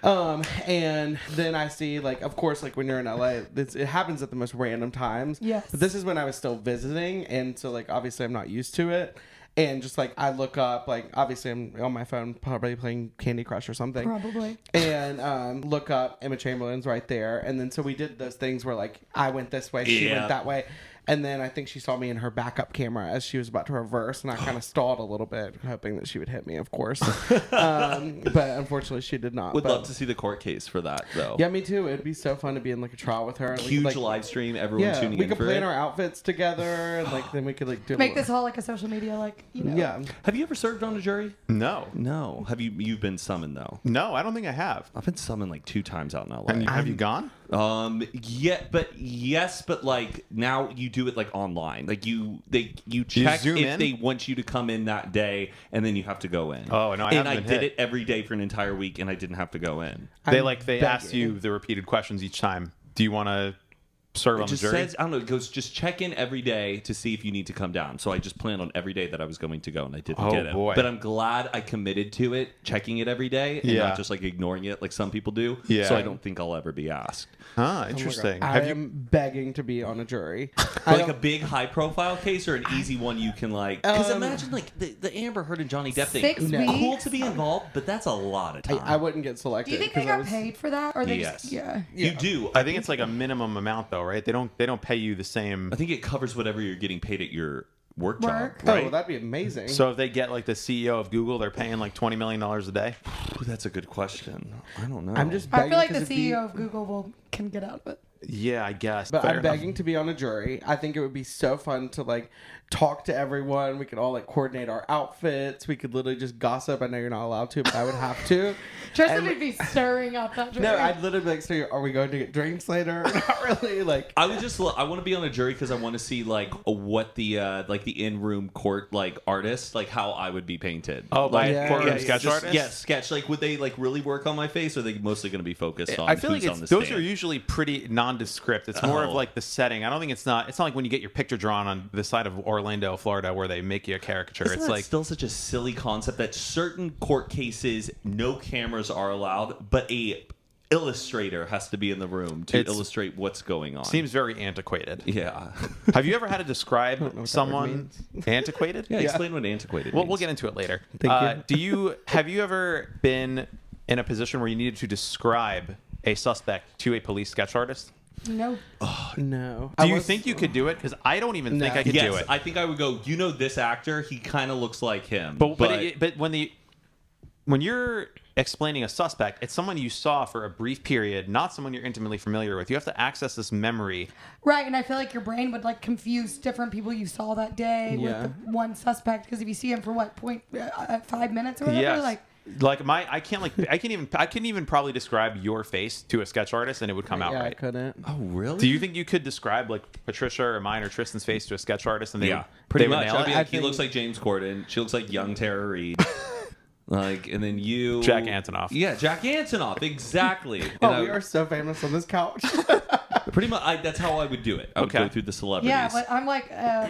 [SPEAKER 2] um, and then I see, like, of course, like when you're in LA, it's, it happens at the most random times.
[SPEAKER 4] Yes.
[SPEAKER 2] But this is when I was still visiting, and so like obviously I'm not used to it. And just like I look up, like obviously I'm on my phone, probably playing Candy Crush or something
[SPEAKER 4] Probably.
[SPEAKER 2] and um, look up Emma Chamberlain's right there. And then so we did those things where like I went this way, she
[SPEAKER 1] Yeah.
[SPEAKER 2] went that way, and then I think she saw me in her backup camera as she was about to reverse, and I kind of stalled a little bit, hoping that she would hit me, of course. um, but unfortunately, she did not.
[SPEAKER 1] would
[SPEAKER 2] but,
[SPEAKER 1] love to see the court case for that though.
[SPEAKER 2] Yeah, me too. It'd be so fun to be in like a trial with her. and we could,
[SPEAKER 1] Huge
[SPEAKER 2] like,
[SPEAKER 1] live stream, everyone
[SPEAKER 2] Yeah,
[SPEAKER 1] tuning
[SPEAKER 2] we
[SPEAKER 1] in
[SPEAKER 2] could
[SPEAKER 1] for
[SPEAKER 2] plan
[SPEAKER 1] it.
[SPEAKER 2] our outfits together, and like then we could like do a
[SPEAKER 4] Make this
[SPEAKER 2] little-
[SPEAKER 4] whole like a social media like you know.
[SPEAKER 2] Yeah,
[SPEAKER 1] Have you ever served on a jury?
[SPEAKER 3] no,
[SPEAKER 1] No. Have you? You've been summoned though.
[SPEAKER 3] no, I don't think I have.
[SPEAKER 1] I've been summoned like two times out in LA.
[SPEAKER 3] And you- have you gone?
[SPEAKER 1] Um. Yeah, but yes, but like now you do it like online. Like you, they you check
[SPEAKER 3] zoom
[SPEAKER 1] if
[SPEAKER 3] in?
[SPEAKER 1] they want you to come in that day, and then you have to go in.
[SPEAKER 3] Oh, no, I
[SPEAKER 1] and
[SPEAKER 3] haven't
[SPEAKER 1] I
[SPEAKER 3] been
[SPEAKER 1] did
[SPEAKER 3] hit.
[SPEAKER 1] it every day for an entire week, and I didn't have to go in.
[SPEAKER 3] they
[SPEAKER 2] I'm
[SPEAKER 3] like they ask
[SPEAKER 2] begging. Oh
[SPEAKER 3] you the repeated questions each time. Do you want to serve
[SPEAKER 1] It
[SPEAKER 3] on the
[SPEAKER 1] just
[SPEAKER 3] jury?
[SPEAKER 1] says I don't know. It goes just check in every day to see if you need to come down. So I just planned on every day that I was going to go, and I didn't
[SPEAKER 3] Oh,
[SPEAKER 1] get it.
[SPEAKER 3] boy.
[SPEAKER 1] But I'm glad I committed to it, checking it every day, and
[SPEAKER 3] Yeah.
[SPEAKER 1] not just like ignoring it like some people do.
[SPEAKER 3] Yeah.
[SPEAKER 1] So I don't think I'll ever be asked.
[SPEAKER 2] Oh
[SPEAKER 3] huh, interesting.
[SPEAKER 2] I
[SPEAKER 3] have you?
[SPEAKER 2] am begging to be on a jury. I
[SPEAKER 1] like
[SPEAKER 2] don't-
[SPEAKER 1] a big high profile case or an easy one you can like because
[SPEAKER 2] Um,
[SPEAKER 1] imagine like the, the amber heard and johnny depp thing
[SPEAKER 4] Six
[SPEAKER 1] It's
[SPEAKER 4] No.
[SPEAKER 1] cool
[SPEAKER 4] weeks?
[SPEAKER 1] to be involved but that's a lot of time
[SPEAKER 2] I, I wouldn't get selected.
[SPEAKER 4] Do you think they
[SPEAKER 2] 'cause I
[SPEAKER 4] got
[SPEAKER 2] was-
[SPEAKER 4] paid for that, or they
[SPEAKER 1] yes
[SPEAKER 4] just yeah?
[SPEAKER 1] you do
[SPEAKER 3] I think it's like a minimum amount though, right? They don't they don't pay you the same.
[SPEAKER 1] i think it covers whatever you're getting paid at your work job.
[SPEAKER 4] Work.
[SPEAKER 2] Oh,
[SPEAKER 1] Right?
[SPEAKER 2] well, that'd be amazing.
[SPEAKER 3] So if they get like the CEO of Google, they're paying like twenty million dollars a day.
[SPEAKER 1] Ooh, that's a good question. I don't know.
[SPEAKER 2] I'm just.
[SPEAKER 4] I
[SPEAKER 2] Begging
[SPEAKER 4] feel like the E
[SPEAKER 2] 'cause
[SPEAKER 4] CEO
[SPEAKER 2] it'd be-
[SPEAKER 4] of Google will can get out of it.
[SPEAKER 3] Yeah, I guess.
[SPEAKER 2] But
[SPEAKER 3] Fair
[SPEAKER 2] I'm
[SPEAKER 3] enough.
[SPEAKER 2] begging to be on a jury. I think it would be so fun to like talk to everyone. We could all like coordinate our outfits. We could literally just gossip. I know you're not allowed to, but I would have to.
[SPEAKER 4] Tristan would be stirring up that drink.
[SPEAKER 2] No, I'd literally be like, so are we going to get drinks later? not really. Like,
[SPEAKER 1] I would just lo- I want to be on a jury because I want to see like what the uh like the in room court like artist like how I would be painted.
[SPEAKER 3] Oh, like
[SPEAKER 1] like
[SPEAKER 2] yeah,
[SPEAKER 3] courtroom
[SPEAKER 2] yeah,
[SPEAKER 3] sketch
[SPEAKER 1] just-
[SPEAKER 3] artist.
[SPEAKER 1] Yeah, sketch. Like, would they like really work on my face, or are they mostly going to be focused on?
[SPEAKER 3] I feel like
[SPEAKER 1] who's
[SPEAKER 3] it's,
[SPEAKER 1] on the
[SPEAKER 3] those
[SPEAKER 1] stand?
[SPEAKER 3] are usually pretty nondescript. It's more of
[SPEAKER 1] Oh.
[SPEAKER 3] like the setting. I don't think it's not. It's not like when you get your picture drawn on the side of Orlando, Florida, where they make you a caricature.
[SPEAKER 1] Isn't
[SPEAKER 3] it's
[SPEAKER 1] that
[SPEAKER 3] like
[SPEAKER 1] still such a silly concept that certain court cases no cameras are allowed, but a illustrator has to be in the room to
[SPEAKER 3] It's-
[SPEAKER 1] illustrate what's going on.
[SPEAKER 3] seems very antiquated.
[SPEAKER 1] yeah.
[SPEAKER 3] Have you ever had to
[SPEAKER 2] that
[SPEAKER 3] describe
[SPEAKER 2] word
[SPEAKER 3] someone antiquated?
[SPEAKER 1] yeah, Explain what antiquated.
[SPEAKER 3] Well, we'll
[SPEAKER 1] means.
[SPEAKER 3] get into it later.
[SPEAKER 2] Thank
[SPEAKER 3] uh,
[SPEAKER 2] you.
[SPEAKER 3] Do you have you ever been in a position where you needed to describe a suspect to a police sketch artist?
[SPEAKER 4] no.
[SPEAKER 2] no.
[SPEAKER 3] Do you think you could do it? Because I don't even think
[SPEAKER 2] No.
[SPEAKER 3] I could
[SPEAKER 1] Yes,
[SPEAKER 3] do it.
[SPEAKER 1] I think I would go. You know this actor? He kind of looks like him.
[SPEAKER 3] but but, it, but when the when you're explaining a suspect, it's someone you saw for a brief period, not someone you're intimately familiar with. You have to access this memory.
[SPEAKER 4] Right, and I feel like your brain would like confuse different people you saw that day
[SPEAKER 2] Yeah.
[SPEAKER 4] with the one suspect because if you see him for what point uh, uh, five minutes or whatever,
[SPEAKER 3] Yes.
[SPEAKER 4] like
[SPEAKER 3] Like my, I can't like I can't even I couldn't even probably describe your face to a sketch artist and it would come out
[SPEAKER 2] Yeah, I
[SPEAKER 3] right.
[SPEAKER 2] couldn't.
[SPEAKER 1] oh really?
[SPEAKER 3] Do you think you could describe like Patricia or mine or Tristan's face to a sketch artist and they
[SPEAKER 1] Yeah,
[SPEAKER 3] would,
[SPEAKER 1] pretty
[SPEAKER 3] they would
[SPEAKER 1] much.
[SPEAKER 3] nail
[SPEAKER 1] I'd
[SPEAKER 3] it?
[SPEAKER 1] be
[SPEAKER 2] I
[SPEAKER 1] like, he
[SPEAKER 2] think-
[SPEAKER 1] looks like James Corden. She looks like young Tara Reid. like, and then you,
[SPEAKER 3] Jack Antonoff.
[SPEAKER 1] Yeah, Jack Antonoff. Exactly. And
[SPEAKER 2] Oh,
[SPEAKER 1] I-
[SPEAKER 2] we are so famous on this couch.
[SPEAKER 1] pretty much. I, that's how I would do it. I would
[SPEAKER 3] Okay.
[SPEAKER 1] go through the celebrities.
[SPEAKER 4] yeah, but I'm like uh,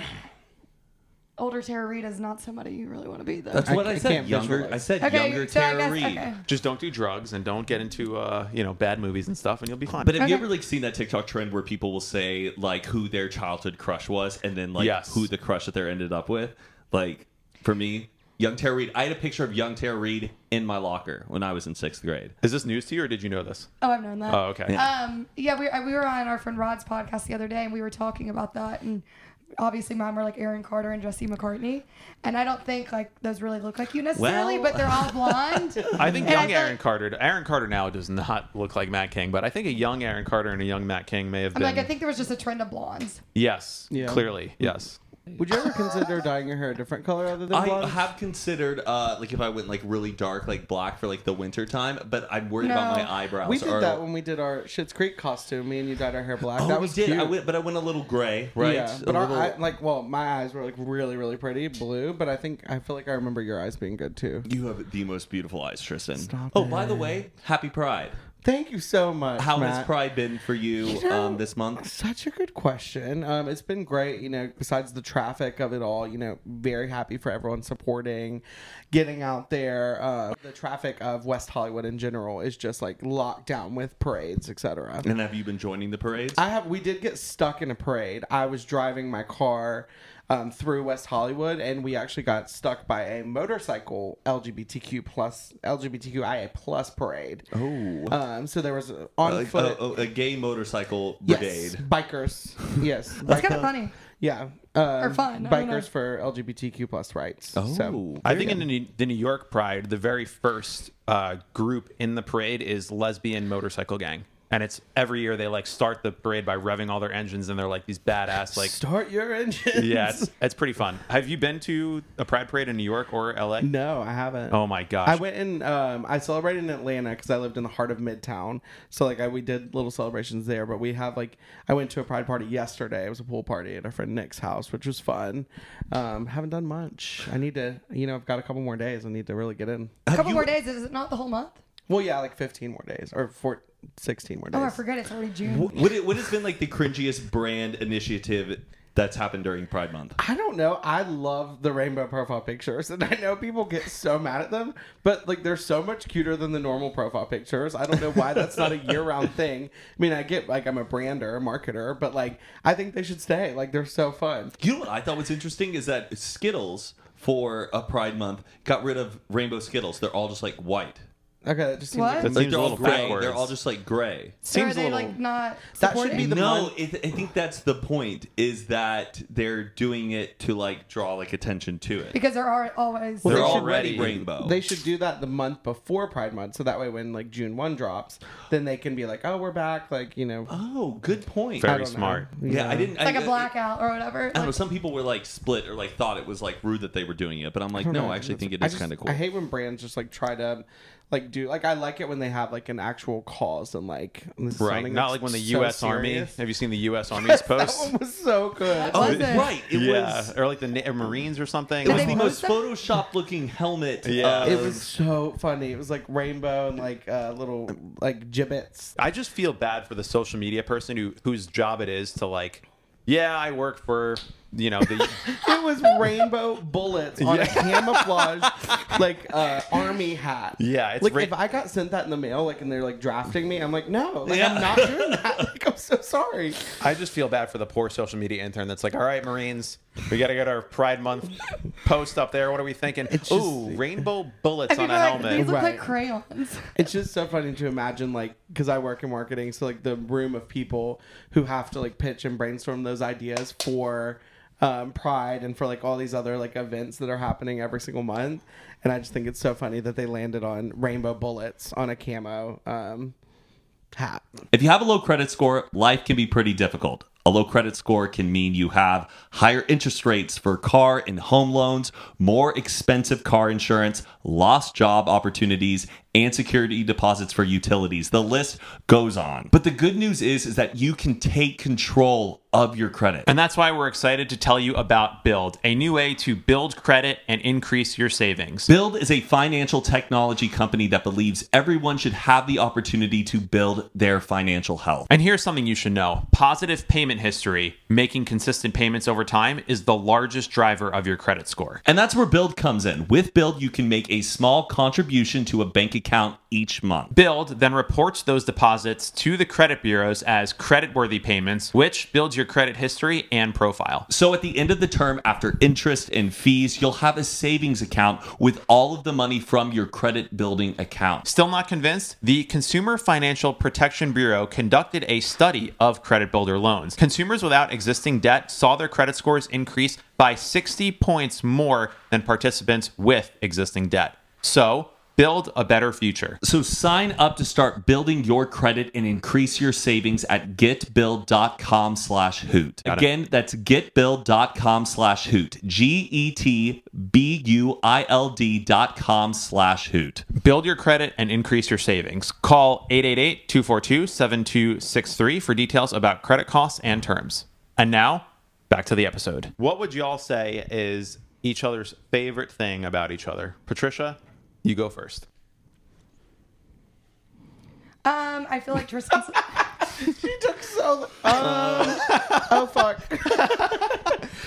[SPEAKER 4] older Tara Reid is not somebody you really want to be though.
[SPEAKER 1] that's what
[SPEAKER 2] I-
[SPEAKER 1] I,
[SPEAKER 2] I
[SPEAKER 1] said.
[SPEAKER 2] can't
[SPEAKER 1] younger.
[SPEAKER 2] visualize.
[SPEAKER 1] I said
[SPEAKER 4] okay,
[SPEAKER 1] younger
[SPEAKER 4] so I
[SPEAKER 1] Tara
[SPEAKER 4] guess-
[SPEAKER 1] Reid.
[SPEAKER 4] okay.
[SPEAKER 3] Just don't do drugs and don't get into uh, you know bad movies and stuff and you'll be fine.
[SPEAKER 1] But have you
[SPEAKER 4] Okay.
[SPEAKER 1] ever like seen that TikTok trend where people will say like who their childhood crush was and then like
[SPEAKER 3] Yes.
[SPEAKER 1] who the crush that they ended up with? Like for me, young Tara Reid. I had a picture of young Tara Reid in my locker when I was in sixth grade.
[SPEAKER 3] Is this news to you or did you know this?
[SPEAKER 4] Oh, I've known that.
[SPEAKER 3] Oh, okay.
[SPEAKER 4] Um, yeah, we, we were on our friend Rod's podcast the other day, and we were talking about that. And obviously, mine were like Aaron Carter and Jesse McCartney. And I don't think like those really look like you necessarily,
[SPEAKER 1] Well-
[SPEAKER 4] but they're all blonde.
[SPEAKER 3] I think
[SPEAKER 4] And I
[SPEAKER 3] young
[SPEAKER 4] feel
[SPEAKER 3] Aaron
[SPEAKER 4] like-
[SPEAKER 3] Carter. Aaron Carter now does not look like Matt King, but I think a young Aaron Carter and a young Matt King may have
[SPEAKER 4] I'm
[SPEAKER 3] been.
[SPEAKER 4] like, I think there was just a trend of blondes.
[SPEAKER 3] yes,
[SPEAKER 2] Yeah.
[SPEAKER 3] clearly, yes.
[SPEAKER 2] Would you ever consider dyeing your hair a different color other than
[SPEAKER 1] I
[SPEAKER 2] blonde?
[SPEAKER 1] have considered uh like if I went like really dark, like black for like the winter time, but I'm worried about
[SPEAKER 4] No.
[SPEAKER 1] my eyebrows.
[SPEAKER 2] we did
[SPEAKER 1] are-
[SPEAKER 2] that when we did our Schitt's Creek costume. Me and you dyed our hair black.
[SPEAKER 1] Oh,
[SPEAKER 2] that
[SPEAKER 1] we
[SPEAKER 2] was
[SPEAKER 1] did.
[SPEAKER 2] Cute.
[SPEAKER 1] I went, but I went a little gray, right?
[SPEAKER 2] Yeah,
[SPEAKER 1] A
[SPEAKER 2] but our
[SPEAKER 1] little-
[SPEAKER 2] eye, like, well, my eyes were like really, really pretty blue. But I think I feel like I remember your eyes being good too.
[SPEAKER 1] you have the most beautiful eyes, Tristan.
[SPEAKER 2] Stop
[SPEAKER 1] oh, by the
[SPEAKER 2] it.
[SPEAKER 1] way, happy Pride.
[SPEAKER 2] Thank you so much.
[SPEAKER 1] How
[SPEAKER 2] Matt.
[SPEAKER 1] has Pride been for you,
[SPEAKER 2] You know-
[SPEAKER 1] um, this month?
[SPEAKER 2] Such a good question. Um, it's been great, you know, besides the traffic of it all, you know, very happy for everyone supporting, getting out there. Uh, the traffic of West Hollywood in general is just like locked down with parades, etc.
[SPEAKER 1] And have you been joining the parades?
[SPEAKER 2] I have. We did get stuck in a parade. I was driving my car um, through West Hollywood, and we actually got stuck by a motorcycle LGBTQ plus LGBTQIA plus parade.
[SPEAKER 1] Oh.
[SPEAKER 2] um, so there was a- on
[SPEAKER 1] Uh, like,
[SPEAKER 2] foot.
[SPEAKER 1] oh, oh, a gay motorcycle
[SPEAKER 2] Yes,
[SPEAKER 1] brigade.
[SPEAKER 2] bikers. Yes,
[SPEAKER 4] It's kind of funny.
[SPEAKER 2] yeah, um,
[SPEAKER 4] Or fun, I don't know.
[SPEAKER 2] Bikers for LGBTQ plus rights.
[SPEAKER 1] Oh.
[SPEAKER 2] so,
[SPEAKER 3] I think in the New, the New York Pride, the very first uh, group in the parade is lesbian motorcycle gang, and it's every year they like start the parade by revving all their engines, and they're like these badass like.
[SPEAKER 2] start your engine.
[SPEAKER 3] yeah, it's, it's pretty fun. Have you been to a Pride parade in New York or LA?
[SPEAKER 2] No, I haven't.
[SPEAKER 3] Oh my gosh!
[SPEAKER 2] I went and um, I celebrated in Atlanta because I lived in the heart of Midtown. So like I, we did little celebrations there, but we have like I went to a pride party yesterday. It was a pool party at our friend Nick's house, which was fun. Um, haven't done much. I need to, you know, I've got a couple more days. I need to really get in.
[SPEAKER 4] A couple more days. Is it not the whole month?
[SPEAKER 2] Well, yeah, like 15 more days or four, 16 more days.
[SPEAKER 4] Oh, I forget. It's already June.
[SPEAKER 1] What, it, what has been like the cringiest brand initiative that's happened during Pride Month?
[SPEAKER 2] I don't know. I love the rainbow profile pictures, and I know people get so mad at them, but like they're so much cuter than the normal profile pictures. I don't know why that's not a year-round thing. I mean, I get like I'm a brander, a marketer, but like I think they should stay. Like they're so fun.
[SPEAKER 1] You know what I thought was interesting is that Skittles for a Pride Month got rid of rainbow Skittles. They're all just like white.
[SPEAKER 2] Okay, that just seems
[SPEAKER 4] What?
[SPEAKER 2] like
[SPEAKER 4] That
[SPEAKER 3] That
[SPEAKER 1] Like,
[SPEAKER 3] seems
[SPEAKER 1] they're
[SPEAKER 3] a
[SPEAKER 1] all
[SPEAKER 3] little
[SPEAKER 1] gray.
[SPEAKER 3] backwards.
[SPEAKER 1] They're all just like gray.
[SPEAKER 4] So are
[SPEAKER 2] Seems a
[SPEAKER 4] they
[SPEAKER 2] little-
[SPEAKER 4] like not?
[SPEAKER 2] That should
[SPEAKER 4] supported?
[SPEAKER 2] be the
[SPEAKER 1] no,
[SPEAKER 2] mon-
[SPEAKER 1] it, I think that's the point. Is that they're doing it to like draw like attention to it.
[SPEAKER 4] because there are always.
[SPEAKER 2] Well,
[SPEAKER 1] they're
[SPEAKER 2] they should-
[SPEAKER 1] already rainbow.
[SPEAKER 2] They should do that the month before Pride Month, so that way when like June one drops, then they can be like, "Oh, we're back!" Like you know,
[SPEAKER 1] oh, good point.
[SPEAKER 2] I
[SPEAKER 3] Very
[SPEAKER 2] don't know.
[SPEAKER 3] smart.
[SPEAKER 1] yeah, I didn't.
[SPEAKER 4] it's like
[SPEAKER 1] I,
[SPEAKER 4] a blackout or whatever.
[SPEAKER 1] I don't know.
[SPEAKER 4] Like,
[SPEAKER 1] Some people were like split or like thought it was like rude that they were doing it, but I'm like, no, I actually think it
[SPEAKER 2] I
[SPEAKER 1] is
[SPEAKER 2] just-
[SPEAKER 1] kind of cool.
[SPEAKER 2] I hate when brands just like try to like do like I like it when they have like an actual cause and like this is
[SPEAKER 3] Right.
[SPEAKER 2] sounding
[SPEAKER 3] Not like when the
[SPEAKER 2] so
[SPEAKER 3] U.S. Army.
[SPEAKER 2] serious.
[SPEAKER 3] Have you seen the U.S. Army's
[SPEAKER 2] that
[SPEAKER 3] post?
[SPEAKER 2] one was so good.
[SPEAKER 1] oh,
[SPEAKER 4] Was it?
[SPEAKER 1] right. It
[SPEAKER 3] yeah,
[SPEAKER 1] was.
[SPEAKER 3] or like the Na- Marines or something.
[SPEAKER 1] It
[SPEAKER 4] Did
[SPEAKER 1] was
[SPEAKER 4] they
[SPEAKER 1] the most
[SPEAKER 4] post that?
[SPEAKER 1] photoshopped looking helmet. uh,
[SPEAKER 3] Yeah.
[SPEAKER 1] of-
[SPEAKER 2] It was so funny. It was like rainbow and like uh, little like gibbets.
[SPEAKER 3] I just feel bad for the social media person who whose job it is to like, yeah, I work for you know the
[SPEAKER 2] It was rainbow bullets on a camouflage like uh, army hat.
[SPEAKER 3] Yeah, it's
[SPEAKER 2] like
[SPEAKER 3] ra-
[SPEAKER 2] if I got sent that in the mail, like and they're like drafting me, I'm like, no, like
[SPEAKER 1] Yeah.
[SPEAKER 2] I'm not doing that. Like I'm so sorry.
[SPEAKER 3] I just feel bad for the poor social media intern that's like, all right, Marines, we got to get our Pride Month post up there. What are we thinking?
[SPEAKER 2] It's just-
[SPEAKER 3] Ooh, rainbow bullets on
[SPEAKER 4] and people
[SPEAKER 3] a
[SPEAKER 4] are like,
[SPEAKER 3] helmet.
[SPEAKER 4] these look
[SPEAKER 2] Right.
[SPEAKER 4] like crayons.
[SPEAKER 2] It's just so funny to imagine, like, because I work in marketing, so like the room of people who have to like pitch and brainstorm those ideas for um, Pride and for like all these other like events that are happening every single month. And I just think it's so funny that they landed on rainbow bullets on a camo um, hat.
[SPEAKER 1] If you have a low credit score, life can be pretty difficult. A low credit score can mean you have higher interest rates for car and home loans, more expensive car insurance, lost job opportunities, and security deposits for utilities. The list goes on. But the good news is is that you can take control of your credit.
[SPEAKER 5] And that's why we're excited to tell you about Build, a new way to build credit and increase your savings.
[SPEAKER 1] Build is a financial technology company that believes everyone should have the opportunity to build their financial health.
[SPEAKER 5] And here's something you should know positive payment history, making consistent payments over time, is the largest driver of your credit score.
[SPEAKER 1] And that's where Build comes in. With Build, you can make a small contribution to a bank account each month.
[SPEAKER 5] Build then reports those deposits to the credit bureaus as creditworthy payments, which builds your credit history and profile.
[SPEAKER 1] So at the end of the term, after interest and fees, you'll have a savings account with all of the money from your credit building account.
[SPEAKER 5] Still not convinced? The Consumer Financial Protection Bureau conducted a study of credit builder loans. Consumers without existing debt saw their credit scores increase by 60 points more than participants with existing debt. So, build a better future.
[SPEAKER 1] So sign up to start building your credit and increase your savings at getbuild.com slash hoot. Again, that's getbuild.com slash hoot. E G-E-T-B-U-I-L-D dot com slash hoot.
[SPEAKER 5] Build your credit and increase your savings. Call 888 242 7263 for details about credit costs and terms. And now, back to the episode.
[SPEAKER 3] What would y'all say is each other's favorite thing about each other? Patricia, you go first.
[SPEAKER 4] Um, I feel like Tristan's.
[SPEAKER 2] She took so. Um, oh fuck!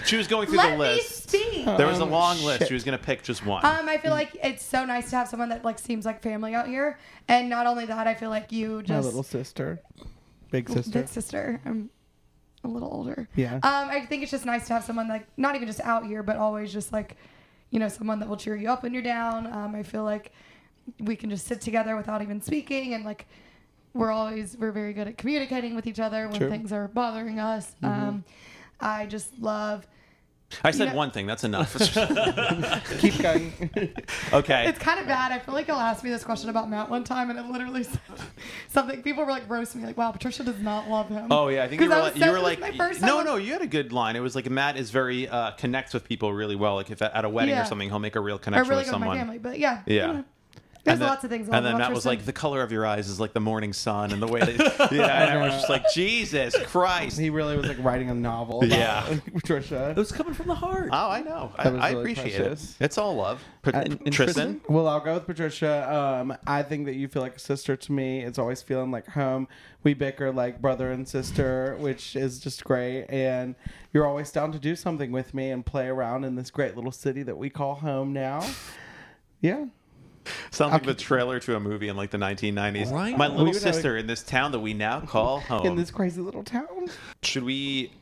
[SPEAKER 3] She was going through the
[SPEAKER 4] Let me
[SPEAKER 3] list.
[SPEAKER 4] speak.
[SPEAKER 3] There was a
[SPEAKER 2] Um,
[SPEAKER 3] long list.
[SPEAKER 2] shit.
[SPEAKER 3] She was going to pick just one.
[SPEAKER 4] Um, I
[SPEAKER 2] Mm.
[SPEAKER 4] feel like it's so nice to have someone that like seems like family out here, and not only that, I feel like you
[SPEAKER 2] My
[SPEAKER 4] just
[SPEAKER 2] little sister, big sister.
[SPEAKER 4] big sister. I'm a little older.
[SPEAKER 2] Yeah.
[SPEAKER 4] Um, I think it's just nice to have someone like not even just out here, but always just like, you know, someone that will cheer you up when you're down. Um, I feel like we can just sit together without even speaking, and like we're always we're very good at communicating with each other when
[SPEAKER 2] True. Mm-hmm.
[SPEAKER 4] things are bothering us. Um, I just love.
[SPEAKER 3] I said
[SPEAKER 4] know-
[SPEAKER 3] one thing. That's enough.
[SPEAKER 2] Keep going.
[SPEAKER 3] okay.
[SPEAKER 4] It's kind of bad. I feel like y'all asked me this question about Matt one time, and it literally said something. People were like roast me, like, "Wow, Patricia does not love him."
[SPEAKER 3] Oh yeah, I think you
[SPEAKER 4] 'Cause
[SPEAKER 3] were,
[SPEAKER 4] I was
[SPEAKER 3] like,
[SPEAKER 4] so-
[SPEAKER 3] you were
[SPEAKER 4] it was
[SPEAKER 3] like
[SPEAKER 4] my first
[SPEAKER 3] no,
[SPEAKER 4] time-
[SPEAKER 3] no. You had a good line. It was like Matt is very uh, connects with people really well. Like if at a wedding
[SPEAKER 4] Yeah.
[SPEAKER 3] or something, he'll make a real
[SPEAKER 4] I
[SPEAKER 3] connection
[SPEAKER 4] really
[SPEAKER 3] with
[SPEAKER 4] good with my
[SPEAKER 3] someone.
[SPEAKER 4] family, but yeah, I don't
[SPEAKER 3] Yeah.
[SPEAKER 4] know. There's
[SPEAKER 3] then-
[SPEAKER 4] lots of things. I
[SPEAKER 3] And
[SPEAKER 4] love
[SPEAKER 3] then
[SPEAKER 4] about
[SPEAKER 3] Matt was
[SPEAKER 4] Tristan.
[SPEAKER 3] like, the color of your eyes is like the morning sun, and the way that, yeah. And I was just like, Jesus Christ.
[SPEAKER 2] he really was like writing a novel. About
[SPEAKER 3] Yeah.
[SPEAKER 2] Trisha.
[SPEAKER 1] It was coming from the heart.
[SPEAKER 3] Oh, I know. I,
[SPEAKER 2] That was
[SPEAKER 3] I
[SPEAKER 2] really
[SPEAKER 3] appreciate
[SPEAKER 2] precious.
[SPEAKER 3] it. It's all love. Pr-
[SPEAKER 2] Uh,
[SPEAKER 3] and Tristan.
[SPEAKER 2] Well, I'll go with Patricia. Um, I think that you feel like a sister to me. It's always feeling like home. We bicker like brother and sister, which is just great. And you're always down to do something with me and play around in this great little city that we call home now. Yeah.
[SPEAKER 3] Sounds like the trailer to a movie in like the 1990s.
[SPEAKER 1] Right.
[SPEAKER 3] My
[SPEAKER 2] We
[SPEAKER 3] little
[SPEAKER 2] would have a-
[SPEAKER 3] sister in this town that we now call home.
[SPEAKER 2] In this crazy little town.
[SPEAKER 3] Should we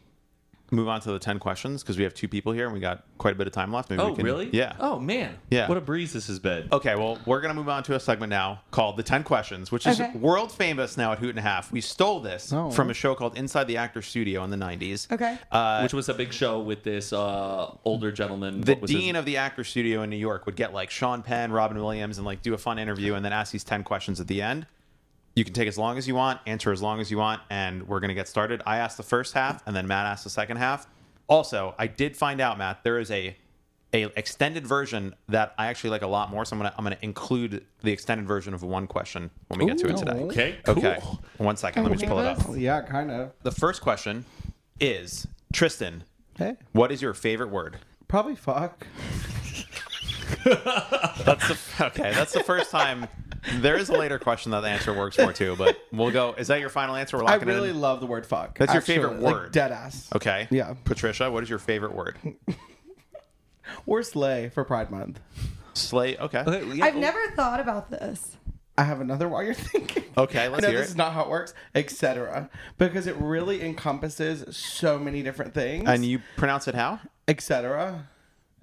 [SPEAKER 3] move on to the ten questions because we have two people here and we got quite a bit of time left. Maybe
[SPEAKER 1] Oh,
[SPEAKER 3] we can,
[SPEAKER 1] really?
[SPEAKER 3] Yeah.
[SPEAKER 1] Oh man.
[SPEAKER 3] Yeah. Oh.
[SPEAKER 1] What a breeze this has been.
[SPEAKER 3] Okay, well, we're going to move on to a segment now called The 10 Questions, which is
[SPEAKER 4] Okay.
[SPEAKER 3] world famous now at Hoot and a Half. We stole this
[SPEAKER 2] Oh.
[SPEAKER 3] from a show called Inside the Actor Studio in the 90s.
[SPEAKER 4] Okay.
[SPEAKER 3] Uh,
[SPEAKER 1] Which was a big show with this uh, older gentleman.
[SPEAKER 3] the
[SPEAKER 1] What was his-
[SPEAKER 3] dean of the actor studio in New York would get like Sean Penn, Robin Williams, and like do a fun interview and then ask these 10 questions at the end. You can take as long as you want, answer as long as you want, and we're going to get started. I asked the first half, and then Matt asked the second half. Also, I did find out, Matt, there is a a extended version that I actually like a lot more. So I'm gonna I'm gonna include the extended version of one question when we get to it
[SPEAKER 2] Ooh.
[SPEAKER 3] today.
[SPEAKER 1] Okay.
[SPEAKER 3] Okay. One second. Let me just pull it up.
[SPEAKER 4] nervous.
[SPEAKER 2] Yeah, kind of.
[SPEAKER 3] The first question is Tristan.
[SPEAKER 2] Hey,
[SPEAKER 3] What is your favorite word?
[SPEAKER 2] probably fuck.
[SPEAKER 3] That's the, okay. That's the first time. There is a later question that the answer works for too, but we'll go. Is that your final answer? We're
[SPEAKER 2] I
[SPEAKER 3] locking
[SPEAKER 2] really
[SPEAKER 3] it in.
[SPEAKER 2] love the word fuck.
[SPEAKER 3] That's your favorite
[SPEAKER 2] like,
[SPEAKER 3] word.
[SPEAKER 2] dead ass.
[SPEAKER 3] Okay.
[SPEAKER 2] Yeah.
[SPEAKER 3] Patricia, what is your favorite word?
[SPEAKER 2] Or slay for Pride Month.
[SPEAKER 3] Slay. Okay. Okay.
[SPEAKER 1] Okay, yeah.
[SPEAKER 4] I've never thought about this.
[SPEAKER 2] I have another while you're thinking.
[SPEAKER 3] let's
[SPEAKER 2] I know
[SPEAKER 3] hear
[SPEAKER 2] this
[SPEAKER 3] it.
[SPEAKER 2] is not how it works, etc. Because it really encompasses so many different things,
[SPEAKER 3] and you pronounce it how?
[SPEAKER 2] etc.
[SPEAKER 1] Uh,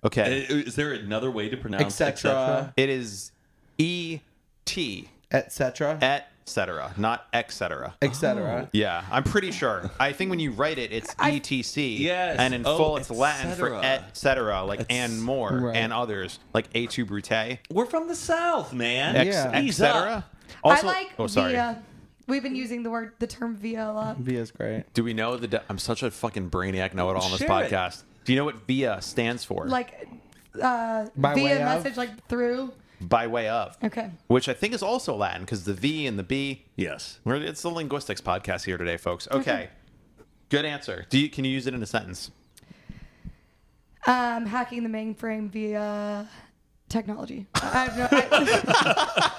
[SPEAKER 3] Okay.
[SPEAKER 1] Is there another way to
[SPEAKER 3] Um,
[SPEAKER 1] pronounce
[SPEAKER 2] etc.
[SPEAKER 3] It is E T
[SPEAKER 2] etc.
[SPEAKER 3] et cetera, not etc.
[SPEAKER 2] E etc.
[SPEAKER 3] Yeah, I'm pretty sure. I think when you write it, it's
[SPEAKER 4] I-
[SPEAKER 3] ETC.
[SPEAKER 1] Yes.
[SPEAKER 3] And in
[SPEAKER 1] Oh,
[SPEAKER 3] full, it's
[SPEAKER 1] et
[SPEAKER 3] Latin for
[SPEAKER 1] cetera.
[SPEAKER 3] et cetera, like and more
[SPEAKER 2] Right.
[SPEAKER 3] and others, like A2 Brute.
[SPEAKER 1] We're from the South, man.
[SPEAKER 3] ex-
[SPEAKER 2] Yeah.
[SPEAKER 3] et
[SPEAKER 1] Ease up.
[SPEAKER 3] cetera. Also,
[SPEAKER 4] I like
[SPEAKER 3] oh, sorry.
[SPEAKER 1] uh,
[SPEAKER 4] via. We've been using the word the term via a
[SPEAKER 3] oh,
[SPEAKER 4] lot.
[SPEAKER 2] V is great.
[SPEAKER 3] Do we know the? De- I'm such a fucking brainiac know it all on this
[SPEAKER 1] Share it.
[SPEAKER 3] podcast. Do you know what VIA stands for?
[SPEAKER 4] Like uh,
[SPEAKER 2] By way
[SPEAKER 4] via
[SPEAKER 2] of?
[SPEAKER 4] message, like through.
[SPEAKER 3] by way of,
[SPEAKER 4] Okay.
[SPEAKER 3] which I think is also Latin because the V and the B.
[SPEAKER 1] Yes.
[SPEAKER 3] We're, it's the linguistics podcast here today, folks. Okay, good answer. Do you can you use it in a sentence?
[SPEAKER 4] Um, hacking the mainframe via technology. I have no. I,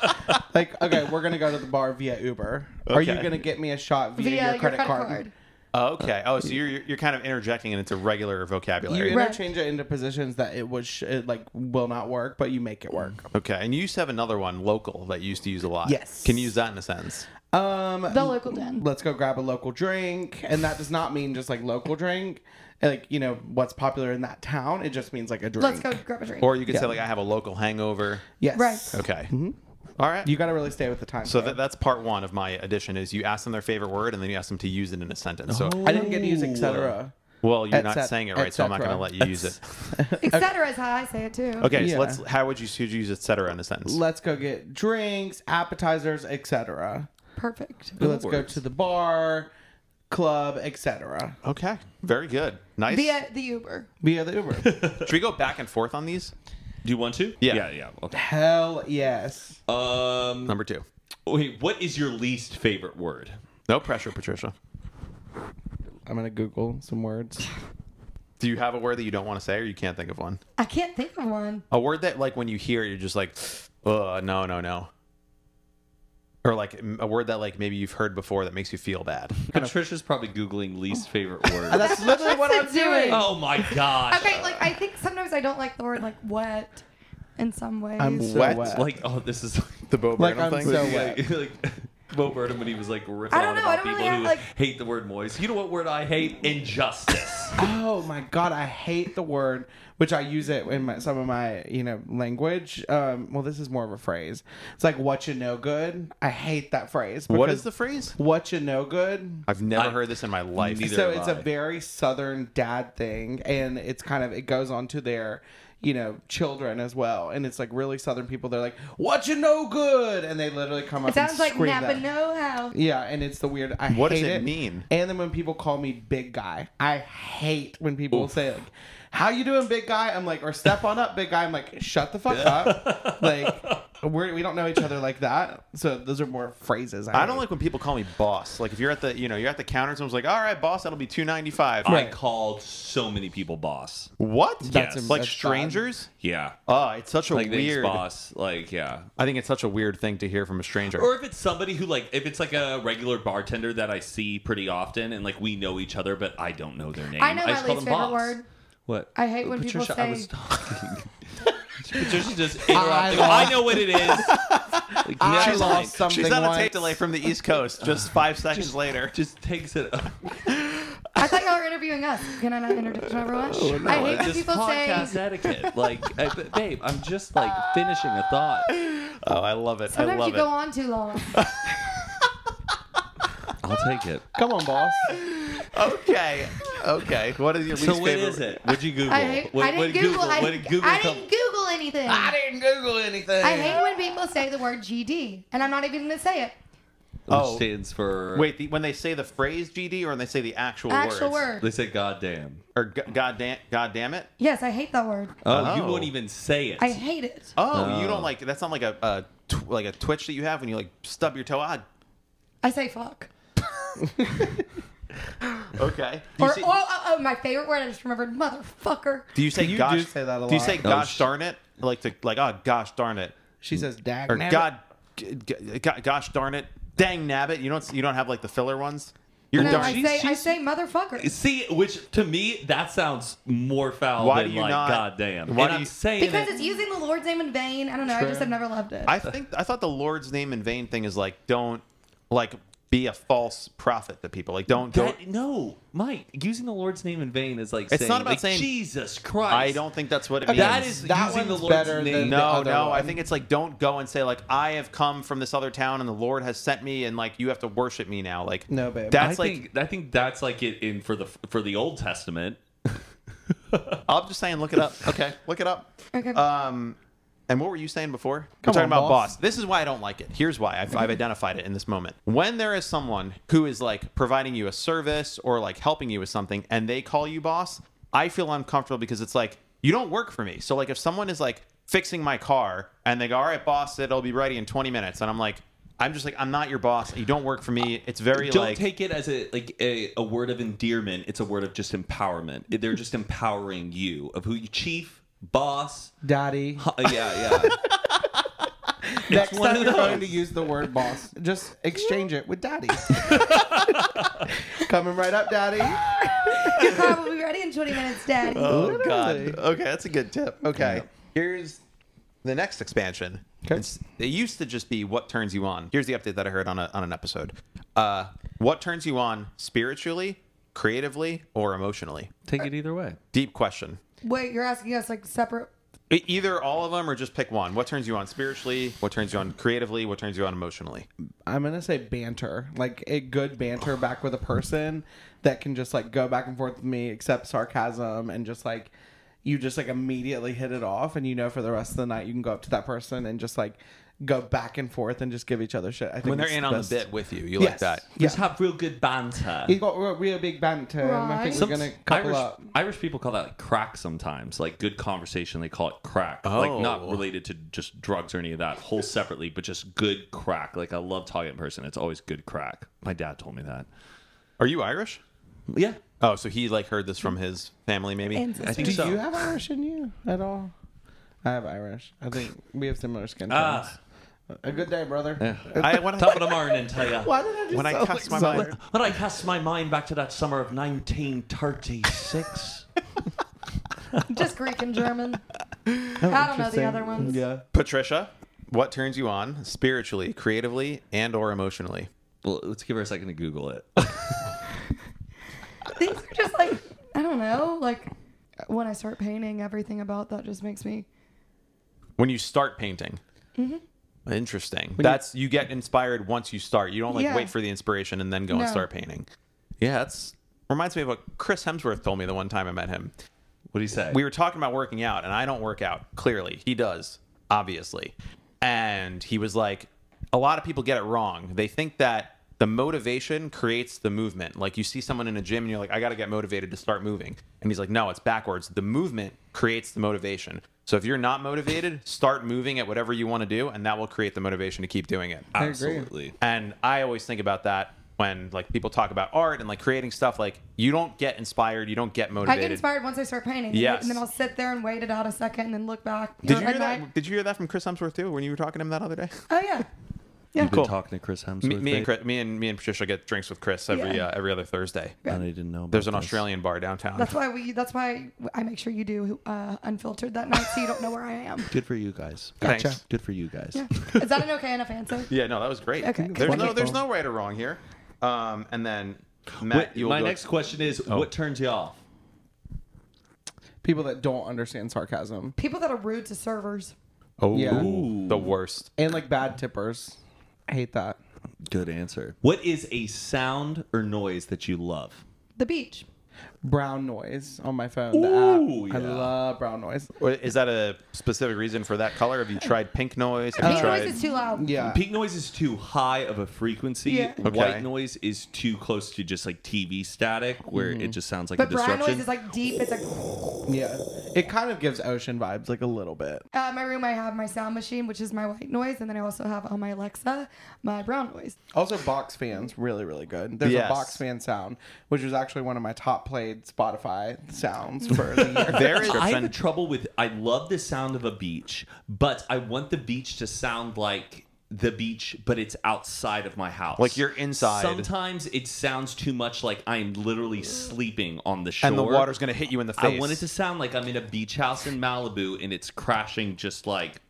[SPEAKER 2] Like, okay, we're gonna go to the bar via Uber. Are you
[SPEAKER 3] Okay.
[SPEAKER 2] gonna get me a shot via,
[SPEAKER 4] via
[SPEAKER 2] your credit, card?
[SPEAKER 3] Okay. Oh, so you're you're kind of interjecting it into regular
[SPEAKER 2] You
[SPEAKER 3] vocabulary.
[SPEAKER 4] Right.
[SPEAKER 2] interchange it into positions that it was sh- it, like will not work, but you make it work.
[SPEAKER 3] Okay, and you used to have another one local that you used to use a lot.
[SPEAKER 2] Yes.
[SPEAKER 3] Can you use that in a sentence?
[SPEAKER 2] Um,
[SPEAKER 4] The local den.
[SPEAKER 2] let's go grab a local drink, and that does not mean just like local drink, like you know what's popular in that town. It just means like a drink.
[SPEAKER 4] Let's go grab a drink.
[SPEAKER 3] Or you could say
[SPEAKER 2] Yeah.
[SPEAKER 3] like I have a local hangover.
[SPEAKER 2] Yes.
[SPEAKER 4] Right.
[SPEAKER 3] Okay. All right.
[SPEAKER 2] You got to really stay with the time.
[SPEAKER 3] So
[SPEAKER 2] frame.
[SPEAKER 3] that, that's part one of my addition is you ask them their favorite word and then you ask them to use it in a sentence. So,
[SPEAKER 2] I didn't get to use etc.
[SPEAKER 3] well, you're
[SPEAKER 2] Oh. Et
[SPEAKER 3] not
[SPEAKER 2] cet-
[SPEAKER 3] saying it
[SPEAKER 2] et
[SPEAKER 3] right, so I'm not going to
[SPEAKER 2] cetera.
[SPEAKER 3] let you use it.
[SPEAKER 4] Etc. is how I say it too.
[SPEAKER 3] Okay,
[SPEAKER 2] Yeah.
[SPEAKER 3] so let's. How would you should you use et cetera in a sentence?
[SPEAKER 2] Let's go get drinks, appetizers, etc.
[SPEAKER 4] Perfect.
[SPEAKER 2] Let's go
[SPEAKER 1] works.
[SPEAKER 2] to the bar, club, etc.
[SPEAKER 3] okay, very good, nice.
[SPEAKER 4] Via the Uber.
[SPEAKER 2] Via the Uber.
[SPEAKER 3] Should we go back and forth on these?
[SPEAKER 1] Do you want to?
[SPEAKER 3] Yeah.
[SPEAKER 1] Yeah. Yeah. Okay.
[SPEAKER 2] Hell yes.
[SPEAKER 1] Um.
[SPEAKER 3] Number two.
[SPEAKER 1] Wait. What is your least favorite word?
[SPEAKER 3] No pressure, Patricia.
[SPEAKER 2] I'm gonna Google some words.
[SPEAKER 3] Do you have a word that you don't want to say, or you can't think of one?
[SPEAKER 4] I can't think of one.
[SPEAKER 3] A word that, like, when you hear, it, you're just like, "Ugh, no, no, no." Or like m- a word that, like, maybe you've heard before that makes you feel bad.
[SPEAKER 1] Patricia's probably googling least favorite word.
[SPEAKER 2] That's literally what I'm
[SPEAKER 4] What's it doing?
[SPEAKER 2] doing.
[SPEAKER 1] oh my gosh.
[SPEAKER 4] Okay, like I think sometimes I don't like the word like wet in some ways.
[SPEAKER 2] I'm so
[SPEAKER 3] Wet,
[SPEAKER 2] wet.
[SPEAKER 1] Like oh, this is
[SPEAKER 3] The Bo
[SPEAKER 2] Like,
[SPEAKER 3] Burnham
[SPEAKER 2] I'm
[SPEAKER 3] thing.
[SPEAKER 2] so wet.
[SPEAKER 1] like, like Bo Burnham when he was like ripping
[SPEAKER 4] I don't
[SPEAKER 1] on
[SPEAKER 4] know, I
[SPEAKER 1] about
[SPEAKER 4] don't really
[SPEAKER 1] people
[SPEAKER 4] have,
[SPEAKER 1] who
[SPEAKER 4] like-
[SPEAKER 1] hate the word moist. You know what word I hate? Injustice.
[SPEAKER 2] Oh my god, I hate the word, which I use it in my, some of my you know language. Um, well, this is more of a phrase. It's like what you know good. I hate that phrase.
[SPEAKER 3] What
[SPEAKER 2] because
[SPEAKER 3] is the phrase?
[SPEAKER 2] what you know good?
[SPEAKER 3] I've never
[SPEAKER 1] I-
[SPEAKER 3] heard this in my life.
[SPEAKER 1] Neither
[SPEAKER 2] so
[SPEAKER 1] have
[SPEAKER 2] it's
[SPEAKER 1] I.
[SPEAKER 2] a very southern dad thing, and it's kind of it goes on to their you know children as well, and it's like really southern people. They're like what you know good, and they literally come up.
[SPEAKER 4] it sounds
[SPEAKER 2] and
[SPEAKER 4] like
[SPEAKER 2] scream
[SPEAKER 4] Napa
[SPEAKER 2] that.
[SPEAKER 4] know how.
[SPEAKER 2] Yeah, and it's the weird. I
[SPEAKER 3] What does
[SPEAKER 2] hate
[SPEAKER 3] it mean?
[SPEAKER 2] And then when people call me big guy, I hate when people say like, "How you doing, big guy?" I'm like, or "Step on up, big guy." I'm like, "Shut the fuck up!" like we're, we don't know each other like that. So those are more phrases. I,
[SPEAKER 3] I don't like when people call me boss. Like if you're at the you know you're at the counter, and someone's like, "All right, boss, that'll be two ninety five.
[SPEAKER 1] I
[SPEAKER 2] Right.
[SPEAKER 1] called so many people boss.
[SPEAKER 3] What?
[SPEAKER 1] That's- Yes.
[SPEAKER 3] like
[SPEAKER 2] that's
[SPEAKER 3] strangers.
[SPEAKER 1] Yeah.
[SPEAKER 3] Oh, it's such a
[SPEAKER 1] Like
[SPEAKER 3] weird.
[SPEAKER 1] weird boss. Like yeah.
[SPEAKER 3] I think it's such a weird thing to hear from a stranger.
[SPEAKER 1] Or if it's somebody who like if it's like a regular bartender that I see pretty often and like we know each other but I don't know their name.
[SPEAKER 4] I know my
[SPEAKER 1] just call
[SPEAKER 4] least
[SPEAKER 1] them
[SPEAKER 4] favorite
[SPEAKER 1] boss.
[SPEAKER 4] word.
[SPEAKER 1] What?
[SPEAKER 4] I hate when people
[SPEAKER 1] Patricia, I
[SPEAKER 4] say-
[SPEAKER 1] was talking. Patricia just interrupted.
[SPEAKER 2] I
[SPEAKER 1] I,
[SPEAKER 2] lost-
[SPEAKER 1] know what it is. Like,
[SPEAKER 2] I
[SPEAKER 1] never mind.
[SPEAKER 2] lost something.
[SPEAKER 3] She's on a
[SPEAKER 2] once.
[SPEAKER 3] tape delay from the East Coast just five seconds later.
[SPEAKER 1] Just takes it. up.
[SPEAKER 4] I thought y'all were interviewing us. Can I not introduce everyone? I hate when
[SPEAKER 1] Just
[SPEAKER 4] people
[SPEAKER 1] podcast
[SPEAKER 4] say.
[SPEAKER 1] etiquette. Like, I- but babe, I'm just like finishing a thought.
[SPEAKER 3] Oh, I love it. I
[SPEAKER 4] Sometimes
[SPEAKER 3] love
[SPEAKER 4] you
[SPEAKER 3] it.
[SPEAKER 4] go on too long.
[SPEAKER 1] I'll take it.
[SPEAKER 2] Come on, boss.
[SPEAKER 3] Okay. Okay. What is your
[SPEAKER 1] So
[SPEAKER 3] least
[SPEAKER 1] what
[SPEAKER 3] favorite?
[SPEAKER 1] is it? What'd you Google?
[SPEAKER 4] I, hate,
[SPEAKER 1] what,
[SPEAKER 4] I didn't
[SPEAKER 1] what
[SPEAKER 4] Google. I,
[SPEAKER 1] what did Google
[SPEAKER 4] I
[SPEAKER 1] come-
[SPEAKER 4] didn't Google anything. I
[SPEAKER 2] didn't Google anything.
[SPEAKER 4] hate when people say the word GD, and I'm not even gonna say it.
[SPEAKER 1] Which
[SPEAKER 3] Oh.
[SPEAKER 1] stands for
[SPEAKER 3] Wait, the, when they say the phrase GD or when they say the actual,
[SPEAKER 4] Actual
[SPEAKER 3] words?
[SPEAKER 4] word.
[SPEAKER 1] They say goddamn.
[SPEAKER 3] Or g- goddamn, goddamn it?
[SPEAKER 4] Yes, I hate that word.
[SPEAKER 1] Oh, you
[SPEAKER 3] Oh.
[SPEAKER 1] won't even say it.
[SPEAKER 4] I hate it.
[SPEAKER 3] Oh,
[SPEAKER 1] Oh.
[SPEAKER 3] you don't like that's not like a, a tw- like a twitch that you have when you like stub your toe. Ah,
[SPEAKER 4] I say fuck.
[SPEAKER 3] okay. Do you
[SPEAKER 4] Or
[SPEAKER 3] say,
[SPEAKER 4] oh, oh, oh, my favorite word I just remembered, motherfucker.
[SPEAKER 3] do you say
[SPEAKER 2] You do
[SPEAKER 3] gosh?
[SPEAKER 2] say that a
[SPEAKER 3] Do you
[SPEAKER 2] lot.
[SPEAKER 3] say
[SPEAKER 1] Oh,
[SPEAKER 3] gosh
[SPEAKER 1] sh-
[SPEAKER 3] darn it? Like to like oh gosh darn it
[SPEAKER 2] She says, "Dag."
[SPEAKER 3] or
[SPEAKER 2] nabbit.
[SPEAKER 3] god g- g- g- gosh darn it dang nabbit. You don't you don't have like the filler ones. You're
[SPEAKER 4] No,
[SPEAKER 3] darn.
[SPEAKER 4] I say I say motherfucker
[SPEAKER 1] See, which to me that sounds more foul
[SPEAKER 3] Why
[SPEAKER 1] than
[SPEAKER 3] do you
[SPEAKER 1] like
[SPEAKER 3] not-
[SPEAKER 1] goddamn.
[SPEAKER 3] why
[SPEAKER 1] and
[SPEAKER 3] do
[SPEAKER 1] I'm
[SPEAKER 3] you-
[SPEAKER 1] saying
[SPEAKER 4] because
[SPEAKER 1] it-
[SPEAKER 4] it's using the Lord's name in vain. I don't know. I just have never loved it.
[SPEAKER 3] I think I thought the Lord's name in vain thing is like don't like be a false prophet to people. Like don't don't.
[SPEAKER 1] That- no, Mike. Using the Lord's name in vain is like
[SPEAKER 3] It's
[SPEAKER 1] saying,
[SPEAKER 3] not about
[SPEAKER 1] like,
[SPEAKER 3] saying-
[SPEAKER 1] Jesus Christ.
[SPEAKER 3] I don't think that's what it means.
[SPEAKER 1] That is
[SPEAKER 2] That
[SPEAKER 1] using the
[SPEAKER 2] one's
[SPEAKER 1] Lord's
[SPEAKER 2] better
[SPEAKER 1] name.
[SPEAKER 2] than- the
[SPEAKER 3] No,
[SPEAKER 2] other
[SPEAKER 3] no. I
[SPEAKER 2] one.
[SPEAKER 3] think it's like don't go and say like I have come from this other town and the Lord has sent me and like you have to worship me now. Like
[SPEAKER 2] No, babe.
[SPEAKER 3] That's
[SPEAKER 1] I
[SPEAKER 3] like
[SPEAKER 1] think I think that's like it in for the for the Old Testament.
[SPEAKER 3] I'm just saying. Look it up. Okay, look it up.
[SPEAKER 4] Okay.
[SPEAKER 3] Um, and what were you saying before?
[SPEAKER 2] Come
[SPEAKER 3] we're talking
[SPEAKER 2] on,
[SPEAKER 3] about boss.
[SPEAKER 2] boss.
[SPEAKER 3] This is why I don't like it. Here's why I've, I've identified it in this moment. When there is someone who is like providing you a service or like helping you with something, and they call you boss, I feel uncomfortable because it's like you don't work for me. So like if someone is like fixing my car and they go, "All right, boss, it'll be ready in 20 minutes," and I'm like, I'm just like, I'm not your boss. You don't work for me. It's very
[SPEAKER 1] Don't
[SPEAKER 3] like
[SPEAKER 1] take it as a like a, a word of endearment. It's a word of just empowerment. They're just empowering you of who you chief, boss.
[SPEAKER 2] Daddy.
[SPEAKER 1] Uh, yeah, yeah.
[SPEAKER 2] Next
[SPEAKER 1] one
[SPEAKER 2] time
[SPEAKER 1] of
[SPEAKER 2] you're going to
[SPEAKER 1] those.
[SPEAKER 2] use the word boss, just exchange it with daddy. Coming right up, daddy.
[SPEAKER 4] Your car will be ready in 20 minutes, Dad.
[SPEAKER 2] Uh,
[SPEAKER 3] Oh
[SPEAKER 2] Literally.
[SPEAKER 3] God. Okay, that's a good tip. Okay, here's the next expansion.
[SPEAKER 2] 'Kay.
[SPEAKER 3] It's, it used to just be what turns you on. Here's the update that I heard on a, on an episode. Uh, what turns you on spiritually, creatively, or emotionally?
[SPEAKER 1] take it either way.
[SPEAKER 3] Deep question.
[SPEAKER 4] Wait, you're asking us like separate.
[SPEAKER 3] E- Either all of them or just pick one. What turns you on spiritually? What turns you on creatively? What turns you on emotionally?
[SPEAKER 2] I'm gonna say banter, like a good banter back with a person that can just like go back and forth with me, accept sarcasm, and just like you just like immediately hit it off, and you know for the rest of the night you can go up to that person and just like go back and forth and just give each other shit. I think
[SPEAKER 3] When they're
[SPEAKER 2] it's
[SPEAKER 3] in on
[SPEAKER 2] best.
[SPEAKER 3] the bit with you, you
[SPEAKER 2] yes.
[SPEAKER 3] like that.
[SPEAKER 2] Yeah.
[SPEAKER 1] Just have real good banter.
[SPEAKER 2] You got real, real big banter. and I
[SPEAKER 4] Right.
[SPEAKER 2] think
[SPEAKER 1] Some
[SPEAKER 2] we're gonna couple
[SPEAKER 1] Irish,
[SPEAKER 2] up.
[SPEAKER 1] Irish people call that like crack sometimes. Like good conversation, they call it crack.
[SPEAKER 3] Oh.
[SPEAKER 1] Like not related to just drugs or any of that, whole separately, but just good crack. Like I love talking in person. It's always good crack. My dad told me that.
[SPEAKER 3] Are you Irish?
[SPEAKER 1] Yeah.
[SPEAKER 3] Oh, so he like heard this from his family, maybe.
[SPEAKER 4] And
[SPEAKER 1] I think
[SPEAKER 2] Do
[SPEAKER 1] so.
[SPEAKER 2] you have Irish in you at all? I have Irish. I think we have similar skin tones.
[SPEAKER 1] Ah.
[SPEAKER 2] a good day, brother.
[SPEAKER 3] I, when I,
[SPEAKER 1] Top of the morning and tell ya.
[SPEAKER 2] Why did I just
[SPEAKER 3] When I
[SPEAKER 2] sound
[SPEAKER 3] cast
[SPEAKER 2] like
[SPEAKER 3] my mind-
[SPEAKER 2] Southern?
[SPEAKER 1] When I cast my mind back to that summer of 1936,
[SPEAKER 4] Just Greek and German. I don't know the other ones.
[SPEAKER 2] Yeah.
[SPEAKER 3] Patricia, what turns you on spiritually, creatively, and or emotionally?
[SPEAKER 1] well, let's give her a second to Google it.
[SPEAKER 4] These are just like I don't know. Like when I start painting, everything about that just makes me.
[SPEAKER 3] when you start painting.
[SPEAKER 4] Mm-hmm.
[SPEAKER 3] Interesting. that's you get inspired once you start. You don't like
[SPEAKER 4] Yeah.
[SPEAKER 3] wait for the inspiration and then go and
[SPEAKER 4] No.
[SPEAKER 3] start painting. Yeah, that's reminds me of what Chris Hemsworth told me the one time I met him.
[SPEAKER 1] What do you say?
[SPEAKER 3] We were talking about working out, and I don't work out. Clearly, he does, obviously. And he was like, a lot of people get it wrong. They think that the motivation creates the movement. Like you see someone in a gym, and you're like, I got to get motivated to start moving. And he's like, No, it's backwards. The movement creates the motivation. So if you're not motivated, start moving at whatever you want to do, and that will create the motivation to keep doing it.
[SPEAKER 2] agree.
[SPEAKER 1] Absolutely.
[SPEAKER 3] And I always think about that when like people talk about art and like creating stuff. Like you don't get inspired, you don't get
[SPEAKER 4] I
[SPEAKER 3] motivated.
[SPEAKER 4] get inspired once I start painting.
[SPEAKER 3] Yes.
[SPEAKER 4] And then I'll sit there and wait it out a second and then look back.
[SPEAKER 3] Did
[SPEAKER 4] Or
[SPEAKER 3] you
[SPEAKER 4] at
[SPEAKER 3] hear that?
[SPEAKER 4] night.
[SPEAKER 3] Did you hear that from Chris Hemsworth too when you were talking to him that other day?
[SPEAKER 4] Oh yeah.
[SPEAKER 1] You've been
[SPEAKER 3] Cool.
[SPEAKER 1] talking to Chris Hemsworth.
[SPEAKER 3] me, me and
[SPEAKER 1] babe?
[SPEAKER 3] Chris, me and me and Patricia get drinks with Chris every
[SPEAKER 4] Yeah.
[SPEAKER 3] uh, every other Thursday.
[SPEAKER 1] And I didn't know. About
[SPEAKER 3] There's an
[SPEAKER 1] this.
[SPEAKER 3] Australian bar downtown.
[SPEAKER 4] That's why we. That's why I make sure you do uh, unfiltered that night, so you don't know where I am.
[SPEAKER 1] Good for you guys.
[SPEAKER 3] Thanks.
[SPEAKER 2] Gotcha.
[SPEAKER 1] Good for you guys.
[SPEAKER 4] Yeah. Is that an okay enough answer?
[SPEAKER 3] Yeah, no, that was great.
[SPEAKER 4] Okay,
[SPEAKER 3] There's no
[SPEAKER 2] wonderful.
[SPEAKER 3] there's no right or wrong here. Um, and then
[SPEAKER 1] Wait,
[SPEAKER 3] Matt, you will
[SPEAKER 1] my
[SPEAKER 3] go-
[SPEAKER 1] next question is,
[SPEAKER 4] Oh.
[SPEAKER 1] what turns you off?
[SPEAKER 2] People that don't understand sarcasm
[SPEAKER 4] People that are rude to servers.
[SPEAKER 3] Oh,
[SPEAKER 2] Yeah.
[SPEAKER 3] the worst.
[SPEAKER 2] and like bad tippers. I hate that.
[SPEAKER 1] Good answer. What is a sound or noise that you love?
[SPEAKER 4] The beach.
[SPEAKER 2] Brown noise on my phone.
[SPEAKER 1] Ooh,
[SPEAKER 2] the app. I
[SPEAKER 1] yeah.
[SPEAKER 2] love brown noise.
[SPEAKER 3] Or Is that a specific reason for that color? Have you tried pink noise? Have you
[SPEAKER 4] Pink
[SPEAKER 3] tried?
[SPEAKER 4] noise is too loud.
[SPEAKER 2] Yeah.
[SPEAKER 1] Pink noise is too high of a frequency.
[SPEAKER 4] Uh. Yeah.
[SPEAKER 3] Okay.
[SPEAKER 1] White noise is too close to just like TV static, where
[SPEAKER 3] Mm-hmm.
[SPEAKER 1] it just sounds like
[SPEAKER 4] But
[SPEAKER 1] a
[SPEAKER 4] brown
[SPEAKER 1] disruption.
[SPEAKER 4] noise is like deep. It's like
[SPEAKER 2] Yeah. It kind of gives ocean vibes like a little bit.
[SPEAKER 4] uh, my room. I have my sound machine, which is my white noise, and then I also have on my Alexa my brown noise.
[SPEAKER 2] Also, box fans really, really good. There's
[SPEAKER 3] Yes.
[SPEAKER 2] a box fan sound, which was actually one of my top played Spotify sounds for the year.
[SPEAKER 3] There is-
[SPEAKER 1] I have a trouble with. I love the sound of a beach, but I want the beach to sound like the beach, but it's outside of my house.
[SPEAKER 3] Like you're inside.
[SPEAKER 1] Sometimes it sounds too much like I'm
[SPEAKER 4] Mm.
[SPEAKER 1] literally sleeping on the shore,
[SPEAKER 3] and the water's going to hit you in the
[SPEAKER 1] I
[SPEAKER 3] face.
[SPEAKER 1] want it to sound like I'm in a beach house in Malibu, and it's crashing just like,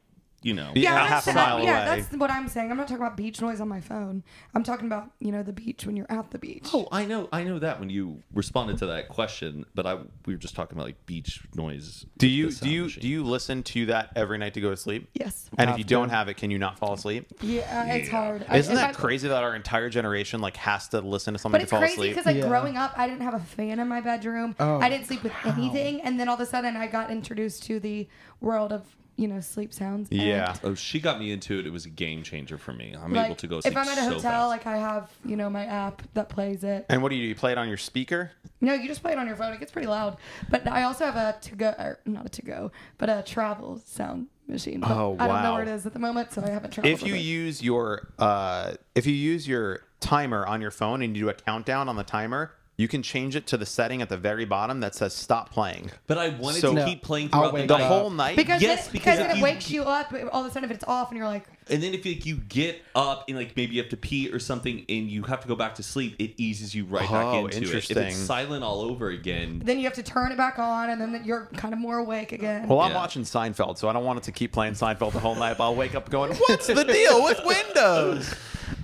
[SPEAKER 1] you know,
[SPEAKER 3] Yeah,
[SPEAKER 4] I'm
[SPEAKER 3] a half a
[SPEAKER 4] saying-
[SPEAKER 3] mile
[SPEAKER 4] yeah,
[SPEAKER 3] away.
[SPEAKER 4] that's what I'm saying. I'm not talking about beach noise on my phone. I'm talking about you know the beach when you're at the beach.
[SPEAKER 1] Oh, I know, I know that when you responded to that question, but I we were just talking about like beach noise.
[SPEAKER 3] Do you do you do you listen to that every night to go to sleep?
[SPEAKER 4] Yes.
[SPEAKER 3] And if you don't have it, can you not fall asleep?
[SPEAKER 4] Yeah, it's hard. I-
[SPEAKER 3] Isn't
[SPEAKER 4] if
[SPEAKER 3] that
[SPEAKER 4] I-
[SPEAKER 3] crazy that our entire generation like has to listen to something
[SPEAKER 4] But
[SPEAKER 3] to
[SPEAKER 4] it's
[SPEAKER 3] fall
[SPEAKER 4] crazy
[SPEAKER 3] asleep?
[SPEAKER 4] because like
[SPEAKER 2] Yeah.
[SPEAKER 4] growing up, I didn't have a fan in my bedroom.
[SPEAKER 2] Oh,
[SPEAKER 4] I didn't sleep with anything, and then all of a sudden, I got introduced to the world of you know sleep sounds. and,
[SPEAKER 3] Yeah.
[SPEAKER 1] Oh, she got me into it. It was a game changer for me. I'm
[SPEAKER 4] like,
[SPEAKER 1] able to go.
[SPEAKER 4] if
[SPEAKER 1] sleep
[SPEAKER 4] I'm at a
[SPEAKER 1] so
[SPEAKER 4] hotel,
[SPEAKER 1] fast.
[SPEAKER 4] like I have you know my app that plays it.
[SPEAKER 3] And what do you do? You play it on your speaker?
[SPEAKER 4] No, you just play it on your phone. It gets pretty loud. But I also have a to go, or not a to go, but a travel sound machine. But
[SPEAKER 3] Oh,
[SPEAKER 4] I don't know
[SPEAKER 3] wow.
[SPEAKER 4] where it is at the moment, so I haven't traveled.
[SPEAKER 3] If you
[SPEAKER 4] with it.
[SPEAKER 3] use your uh, if you use your timer on your phone and you do a countdown on the timer, you can change it to the setting at the very bottom that says stop playing.
[SPEAKER 1] but I wanted
[SPEAKER 3] So-
[SPEAKER 1] to keep playing
[SPEAKER 2] I'll
[SPEAKER 1] throughout the
[SPEAKER 2] wake
[SPEAKER 3] The
[SPEAKER 1] night.
[SPEAKER 2] Uh,
[SPEAKER 3] whole night.
[SPEAKER 4] because
[SPEAKER 1] Yes,
[SPEAKER 4] then,
[SPEAKER 1] because
[SPEAKER 4] because then
[SPEAKER 1] if
[SPEAKER 4] it
[SPEAKER 1] you-
[SPEAKER 4] wakes you up. All of a sudden, if it's off, and you're like,
[SPEAKER 1] And then if like, you get up and like maybe you have to pee or something and you have to go back to sleep, it eases you right back
[SPEAKER 3] Oh,
[SPEAKER 1] into it. If
[SPEAKER 3] interesting.
[SPEAKER 1] it's silent all over again,
[SPEAKER 4] then you have to turn it back on, and then you're kind of more awake again.
[SPEAKER 3] well, I'm
[SPEAKER 1] Yeah.
[SPEAKER 3] watching Seinfeld, so I don't want it to keep playing Seinfeld the whole night. But I'll wake up going, "What's the deal with Windows?"